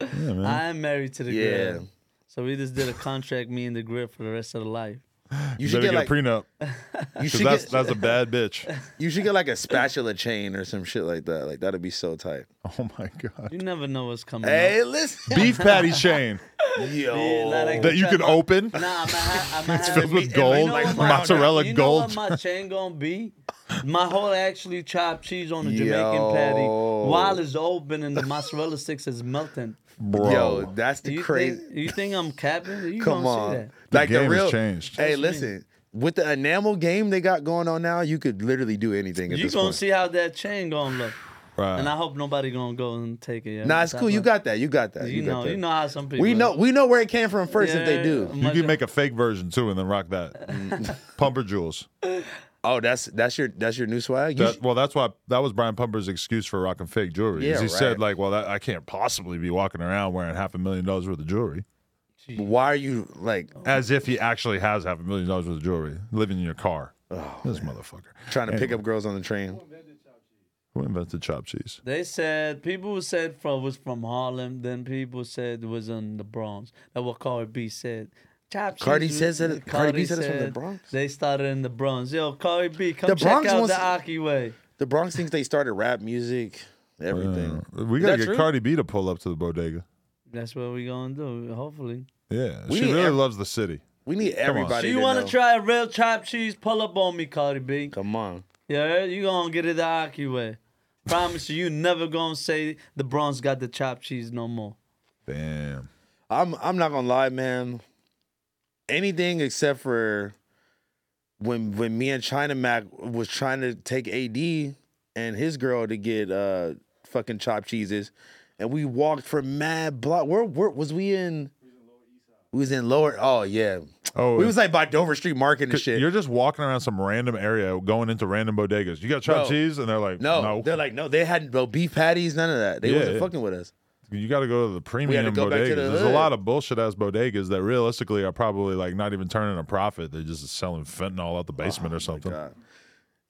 I am married to the
yeah.
grill. So we just did a contract, me and the grill, for the rest of the life.
You
You
should
better
get
get,
like
a prenup. 'cause
you should
that's
get
that's a bad bitch.
you should get like a spatula chain or some shit like that. Like that'd be so tight.
Oh my god.
You never know what's coming.
Hey, Oh. listen,
Beef patty chain
yo,
Yeah, like-
that you could open.
Nah, I'm gonna have, I'm gonna have
filled with gold,
what
like
my-
mozzarella
you
gold.
Know what my chain gonna be? My whole actually chopped cheese on a Jamaican patty
Yo.
while it's open and the mozzarella sticks is melting.
Bro.
yo, that's the
You
crazy.
think you think I'm capping? You
Come
gonna see
on,
that.
like
game
the
has
real
changed.
Hey,
Trust me.
listen, with the enamel game they got going on now, you could literally do anything. At
You
this
gonna
point. Uh,
see how that chain gonna look.
Right.
And I hope nobody gonna go and take it. Yeah.
Nah, it's cool. You got that. You got that.
You
got
know,
that.
you know how some people.
We know. We know where it came from first. if they
Yeah,
do.
you
my
can
God.
make a fake version too and then rock that. Pumper jewels.
Oh, that's that's your that's your new swag. You
That, well, that's why that was Brian Pumper's excuse for rocking fake jewelry. 'cause
Yeah,
he
right.
said like, "Well, that, I can't possibly be walking around wearing half a million dollars worth of jewelry."
sh- why are you like
As if he actually has half a million dollars worth of jewelry living in your car.
Oh,
this motherfucker
trying to pick
Anyway,
up girls on the train?
Who invented chopped cheese?
They said people said from was from Harlem. Then people said it was in the Bronx. That what Cardi B said. Chop
Cardi
cheese
says
was-
that- Cardi B said it's from the Bronx?
They started in the Bronx. Yo, Cardi B, come
The
check
Bronx
out
wants-
the Aki way.
The Bronx thinks they started rap music, everything.
Uh, we gotta
that
get
true?
Cardi B to pull up to the bodega.
That's what we gonna do. Hopefully,
Yeah,
We
she
need
really
ev-
loves the city.
We need everybody.
do you
to
want
know.
to try a real chopped cheese? Pull up on me, Cardi B.
Come on.
Yeah, you gonna get it the Aki way. Promise you, you never gonna say the Bronx got the chopped cheese no more.
Damn.
I'm I'm not gonna lie, man. Anything except for when when me and China Mac was trying to take AD and his girl to get uh fucking chopped cheeses, and we walked for mad block. Where where was we in? We was in lower. Oh yeah.
Oh,
we was like by Dover Street Market and shit.
You're just walking around some random area, going into random bodegas. You got chopped
Bro.
cheese, and they're like,
no,
"No,
they're like no, they hadn't no beef patties, none of that. They
Yeah,
wasn't
yeah.
fucking with us.
You got to go to the premium
go back
bodegas.
to the
There's a
hood.
lot of bullshit ass bodegas that realistically are probably like not even turning a profit. They're just selling fentanyl out the basement or something.
Oh God.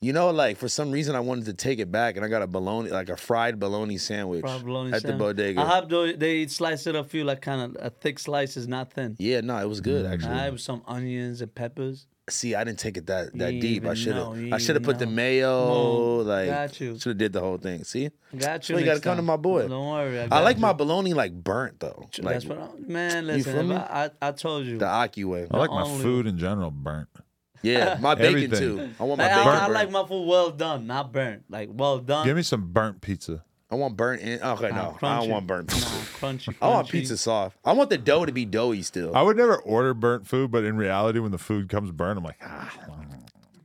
You know, like for some reason, I wanted to take it back, and I got a bologna, like a fried bologna sandwich
Fried bologna
at the
sandwich.
bodega.
I hope they, they slice it up for you like kind of a thick slice is not thin.
yeah, no, it was good
Mm.
actually.
I have some onions and peppers.
See, I didn't take it that that
You
deep. I
even
should
know,
have.
you
I should have
even
put the
know.
mayo.
Come on,
Like,
got you.
should have did the whole thing. See,
Got you.
Well, you
next
gotta come to
time.
my boy.
Don't worry. I,
I
got
like
you.
my bologna like burnt though. Like
That's what I'm, man. Listen,
feel
if
me?
I, I I told you.
the Aki way.
I like my
Only-
food in general burnt.
Yeah, my bacon
Oh. Everything.
too. I want my
Like,
bacon.
I, I
burnt.
like my food well done, not burnt. Like well
Uh,
done.
Give me some burnt pizza.
I want burnt. In- okay, no, I
crunchy.
don't want burnt.
Nah, crunchy, crunchy.
I want pizza soft. I want the dough to be doughy still.
I would never order burnt food, but in reality, when the food comes burnt, I'm like, ah,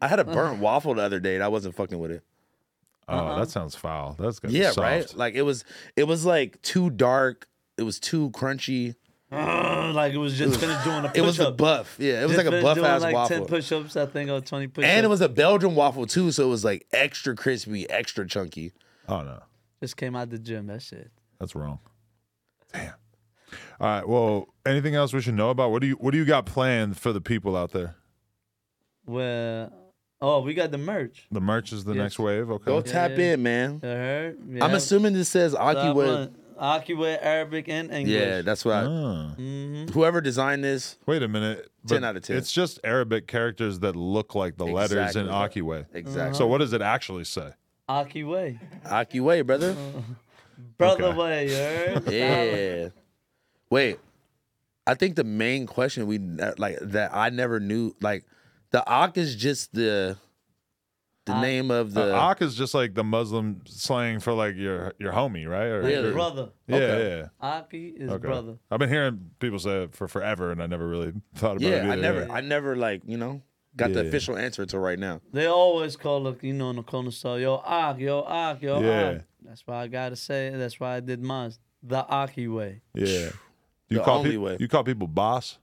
I
Uh.
had a burnt waffle the other day, and I wasn't fucking with it.
oh, that sounds foul. That's gonna
Uh-huh. Yeah,
be soft.
right. Like it was, it was like too dark. It was too crunchy.
Ugh, like it was just finished doing a push
It was a
up.
buff. Yeah, it was like a buff
doing
ass
like
waffle.
ten push-ups, I think, or twenty push-ups.
and it was a Belgian waffle too, so it was like extra crispy, extra chunky.
Oh no,
just came out the gym. That shit.
that's wrong. Damn. All right. Well, anything else we should know about? What do you What do you got planned for the people out there?
where oh we got the merch.
The merch is the
Yes.
next wave. Okay.
Go tap
yeah.
in, man.
You heard?
I'm
Yeah.
assuming this says Aki
That
with.
one. Akiwa Arabic and English. Mm-hmm.
Yeah, that's what. I,
Ah.
Whoever designed this,
Wait a minute.
10
but
out of 10.
It's just Arabic characters that look like the letters in
Exactly.
Akiwe.
exactly.
Uh-huh.
So what does it actually say?
Aki way.
Aki way, brother.
Uh-huh. Brother
Okay.
way, you heard?
Yeah. Wait, I think the main question we ne- like that I never knew like the Ak is just the the
Ak.
name of
Uh,
the
Ak is just like the Muslim slang for like your your homie, right? Or-
Really?
Brother.
Yeah,
Okay.
yeah.
Aki is
Okay.
brother.
I've been hearing people say it for forever, and I never really thought about it.
Yeah, I
either.
never, I never like you know got the
Yeah.
official answer until right now.
They always call like you know in the corner store, yo Ak, yo Ak, yo
Yeah.
Ak. That's why I gotta say it. That's why I did mine. The Aki way.
Yeah. You
The
call
only
people,
way.
You call people boss.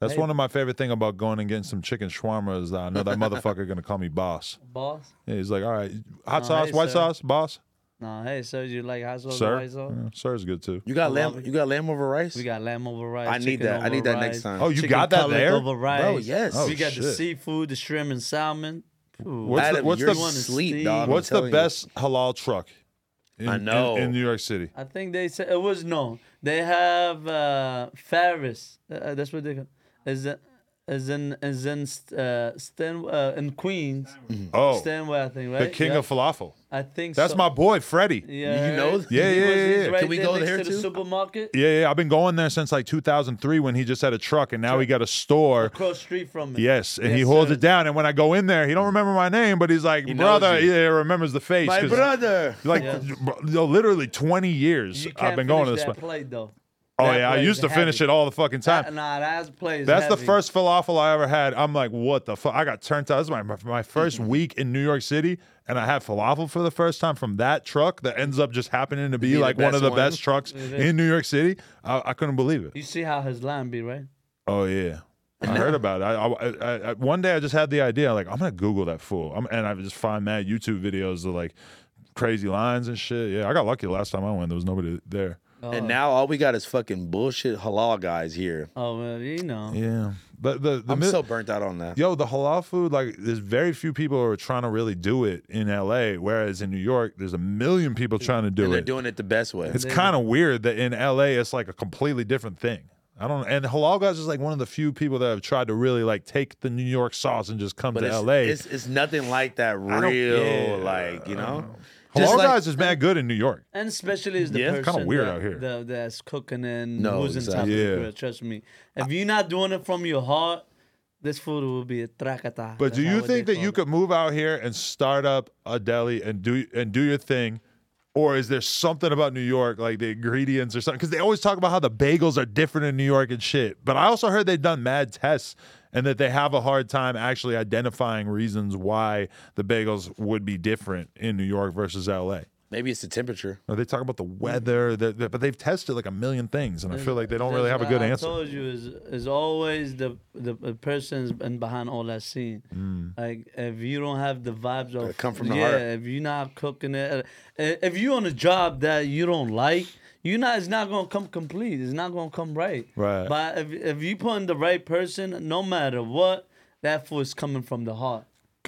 That's
Hey.
one of my favorite thing about going and getting some chicken shawarma is that I know that motherfucker gonna call me boss.
Boss.
Yeah, he's like, all right, hot
Oh,
sauce,
hey,
white
sir.
sauce, boss,
Nah, hey, sir, you like hot sauce
sir.
rice sauce?
Yeah, sir's good too.
You got
love
lamb,
it.
you got lamb over rice.
We got lamb over rice.
I need
chicken
that. I
over
need that next
rice,
time.
Oh, you
chicken
got that
cutlet
there?
Over rice.
Bro, yes.
Oh,
we got the
shit.
seafood, the shrimp and salmon. Ooh.
What's the-
Adam,
what's
you're
the-
sleep,
Steve.
dog. I'm
What's the
telling you.
best halal truck? In,
I
in-
know.
in, New York City.
I think they said it was no. They have uh, Ferris. Uh, that's what they call. Is it- is in is in uh, Stan uh, in Queens,
Oh,
Stanway, I think, right?
the king
Yeah.
of falafel.
I think
That's
so.
my boy, Freddie.
Yeah,
You know-
Yeah,
right? He
yeah,
was-
yeah,
he's
yeah.
Right
Can we
there
go
next
there
to
too?
The supermarket
Yeah, yeah. I've been going there since like 2003 when he just had a truck, and now he got a store.
across street from it.
Yes, and he holds
sir.
it down. And when I go in there, he don't remember my name, but he's like,
knows
brother,
you.
yeah, he remembers the face.
my
'cause,
brother.
Like,
Yeah.
bro- yo, literally 20 years
You can't
I've been going to
finish
this.
that
spot.
plate though.
oh,
That
yeah, I
plate
used to
is
finish it
heavy.
all the fucking time.
That, nah, that's play. is
That's the
heavy.
first falafel I ever had. I'm like, what the fuck? I got turned out. This is my, my, my first week in New York City, and I had falafel for the first time from that truck that ends up just happening to be,
the
like one of
best
the
one.
best trucks
Mm-hmm.
in New York City. I, I couldn't believe it.
You see how his line be right?
Oh yeah, I heard about it. I, I, I, I, one day I just had the idea, like I'm gonna Google that fool, I'm, and I just find mad YouTube videos of like crazy lines and shit. Yeah, I got lucky last time I went. There was nobody there.
And now all we got is fucking bullshit halal guys here.
Oh well, you know.
Yeah, but the the
I'm
mid-
so burnt out on that.
yo the halal food like there's very few people who are trying to really do it in L.A. Whereas in New York, there's a million people trying to do
and
it.
they're doing it the best way.
it's kind of weird that in LA it's like a completely different thing. I don't and halal guys is like one of the few people that have tried to really like take the New York sauce and just come
but
to
it's,
LA.
it's it's nothing like that
don't-
real
yeah,
like you know.
Halal
like-
guys is mad good in New York.
And especially is the
Yeah. It's
kinda
person
weird
that-
out here.
that- that's cooking and
No,
who's
exactly.
in top of
Yeah.
the grill. Trust me. If you're not doing it from your heart, this food will be a trakata.
But do
That's
you
how
think
they
that you
call
could move out here and start up a deli and do and do your thing? Or is there something about New York, like the ingredients or something? Because they always talk about how the bagels are different in New York and shit. But I also heard they've done mad tests and that they have a hard time actually identifying reasons why the bagels would be different in New York versus LA.
Maybe it's the temperature.
Or they talk about the weather, the, the- but they've tested like a million things, and I feel like they don't
That's
really have a
what
good
I
answer.
told you is is always the the the person's been behind all that scene.
Mm.
Like if you don't have the vibes of
come from the
yeah,
heart.
if you're not cooking it, uh, if you on a job that you don't like, you not it's not gonna come complete. It's not gonna come right.
Right.
But if if you put in the right person, no matter what, that food's coming from the heart.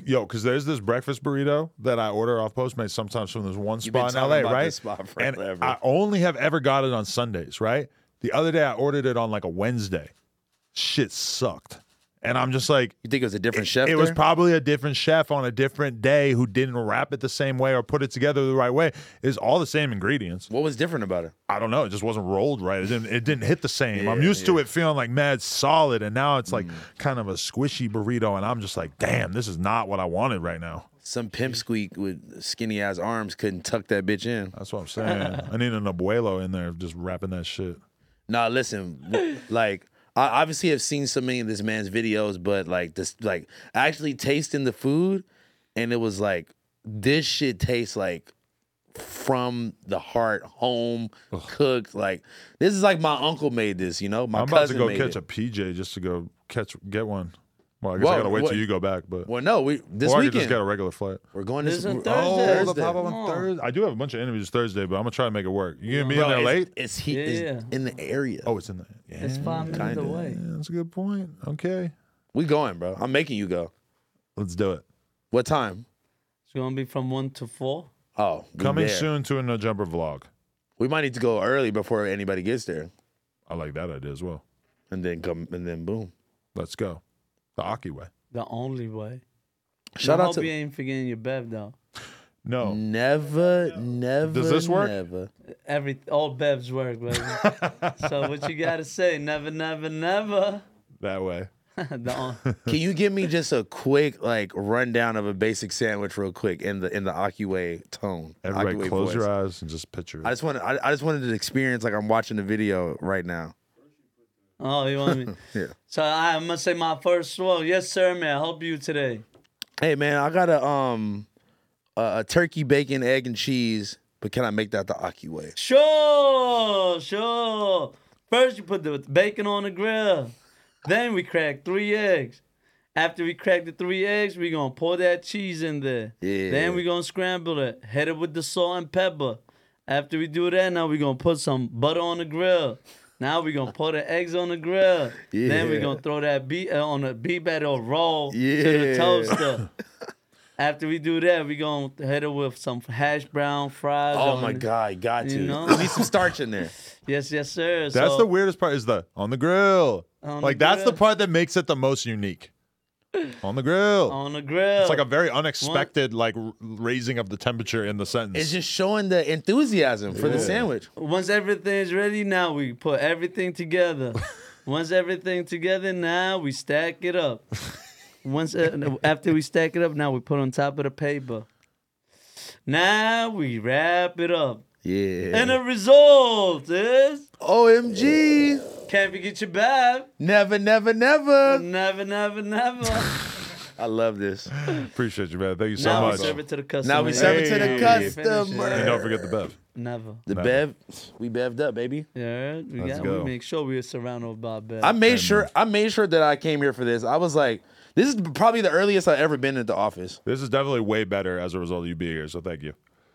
yo, because there's this breakfast burrito that I order off Postmates sometimes from this one
been
spot in
talking
LA,
about
right?
this spot
and
forever.
I only have ever got it on Sundays, right? The other day I ordered it on like a Wednesday. Shit sucked. And I'm just like,
You think it was a different chef?
it was
there?
probably a different chef on a different day who didn't wrap it the same way or put it together the right way. It's all the same ingredients.
What was different about it?
I don't know. It just wasn't rolled right. It didn't, it didn't hit the same. I'm used to it feeling like mad solid, and now it's like
Mm.
kind of a squishy burrito, and I'm just like, damn, this is not what I wanted right now.
Some pimp squeak with skinny ass arms couldn't tuck that bitch in.
That's what I'm saying. I need an abuelo in there just wrapping that shit.
Nah, listen, w- like I obviously have seen so many of this man's videos, but like this, like actually tasting the food, and it was like this shit tastes like from the heart, home cooked. Like this is like my uncle made this, you know. My
I'm about to
cousin
go
made
catch
it.
a PJ just to go catch get one. Well, I guess I
Well,
gotta wait
what-
till you go back, but
Well, no, we this
or I could
weekend
just get a regular flight.
we're going this,
This is a
we're-
Thursday.
Oh,
Thursday.
the pop up
Come
on
on.
Thursday. I do have a bunch of interviews Thursday, but I'm gonna try to make it work. You gonna be
Bro,
in there
it's-
late?
It's, he it's
Yeah.
in the area.
oh, it's in there. Yeah,
It's five minutes
kinda.
away.
yeah, that's a good point. Okay.
We going, bro. I'm making you go.
Let's do it.
What time?
It's gonna be from one to four.
Oh, be
Coming
there.
soon to a No Jumper vlog.
We might need to go early before anybody gets there,
I like that idea as well.
and then come, and then boom.
Let's go. The Aki way.
The only way.
Shout
I
out
hope
to
you ain't forgetting your bev though.
Mm.
No.
never, never.
this work?
Never.
Every all bevs work, baby. so what you gotta say? Never, never, never.
That way.
the on-
Can you give me just a quick like rundown of a basic sandwich, real quick, in the in the Akiway tone?
Everybody
Akiway
close
voice?
your eyes and just picture it.
I just wanted, I, I just wanted to experience like I'm watching the video right now.
oh, you want me?
Yeah.
So I must say my first one. Yes, sir, man. Help you today.
Hey man, I got a um a, a turkey bacon egg and cheese, but can I make that the Aki way?
Sure, sure. First, you put the bacon on the grill. Then we crack three eggs. After we crack the three eggs, we gonna pour that cheese in there.
Yeah.
Then we gonna scramble it, hit it with the salt and pepper. After we do that, now we gonna put some butter on the grill. Now we gonna pour the eggs on the grill. Then we
Yeah.
gonna throw that beef uh, on a beef battle roll to
Yeah.
the toaster. After we do that, we gonna hit it with some hash brown fries.
Oh
on
my
it.
god, got to.
You know?
Need some starch in there.
Yes, yes, sir.
That's
so,
the weirdest part is the on the grill.
On the
like that's the
grill.
part that makes it the most unique. On the grill.
on the grill.
it's like a very unexpected like r- raising of the temperature in the sentence.
It's just showing the enthusiasm for the sandwich.
Once everything's ready, now we put everything together. Once everything together, now we stack it up. Once uh, after we stack it up, now we put on top of the paper. Now we wrap it up,
Yeah.
and the result is
OMG.
can't forget your bath.
Never, never, never.
Never, never, never.
I love this.
Appreciate you, man. Thank you so
now we
much.
serve it to the customer.
Now we serve it to the
Hey.
customer.
And don't forget the bev.
Never.
The bev, we bevved up, baby.
Yeah, we,
Let's
got,
go.
we make sure we are surrounded by bath.
I made sure I made sure that I came here for this. I was like, this is probably the earliest I've ever been at the office.
This is definitely way better as a result of you being here. So thank you.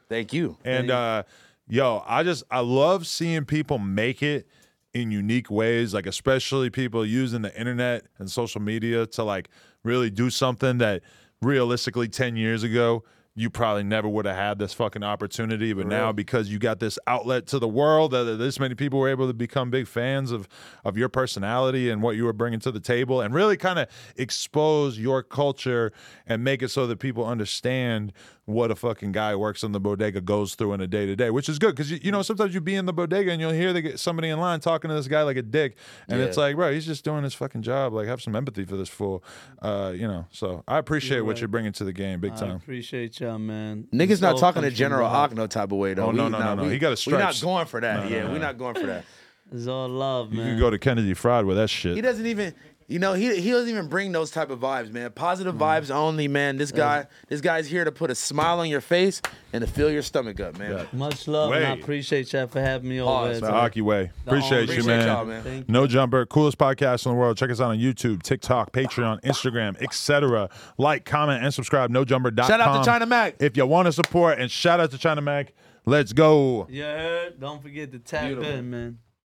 Thank you.
And uh yo, I just I love seeing people make it in unique ways, like especially people using the internet and social media to like really do something that realistically 10 years ago you probably never would have had this fucking opportunity but now because you got this outlet to the world that that this many people were able to become big fans of of your personality and what you were bringing to the table and really kind of expose your culture and make it so that people understand what a fucking guy who works in the bodega goes through in a day to day, which is good because you, you know sometimes you be in the bodega and you'll hear they get somebody in line talking to this guy like a dick, and it's like, bro, he's just doing his fucking job. Like, have some empathy for this fool, uh, you know. So I appreciate what you're bringing to the game, big
I
time.
appreciate y'all, man.
Niggas
This
not
all
talking to
comes from
General
love.
Ock no type of way though.
Oh, no, no, no, no. He got his
We're not
stripes.
going for that. yeah, we're not going for that.
It's all love,
You
man.
can go to Kennedy Fried with that
He
shit.
doesn't even, you know, he he doesn't even bring those type of vibes, man. Positive
Mm-hmm.
vibes only, man. This guy, this guy's here to put a smile on your face and to fill your stomach up, man.
Yeah.
Much love, and I
Wait.
appreciate y'all for having me over.
it's
The
here, man.
hockey way. Appreciate you,
Appreciate y'all, man.
Thank
No Jumper, coolest podcast in the world. Check us out on YouTube, TikTok, Patreon, Instagram, etc. Like, comment, and subscribe. NoJumper.com.
Shout out to China Mac.
If you want to support, and shout out to China Mac. Let's go.
You heard? Don't forget to tap in, man.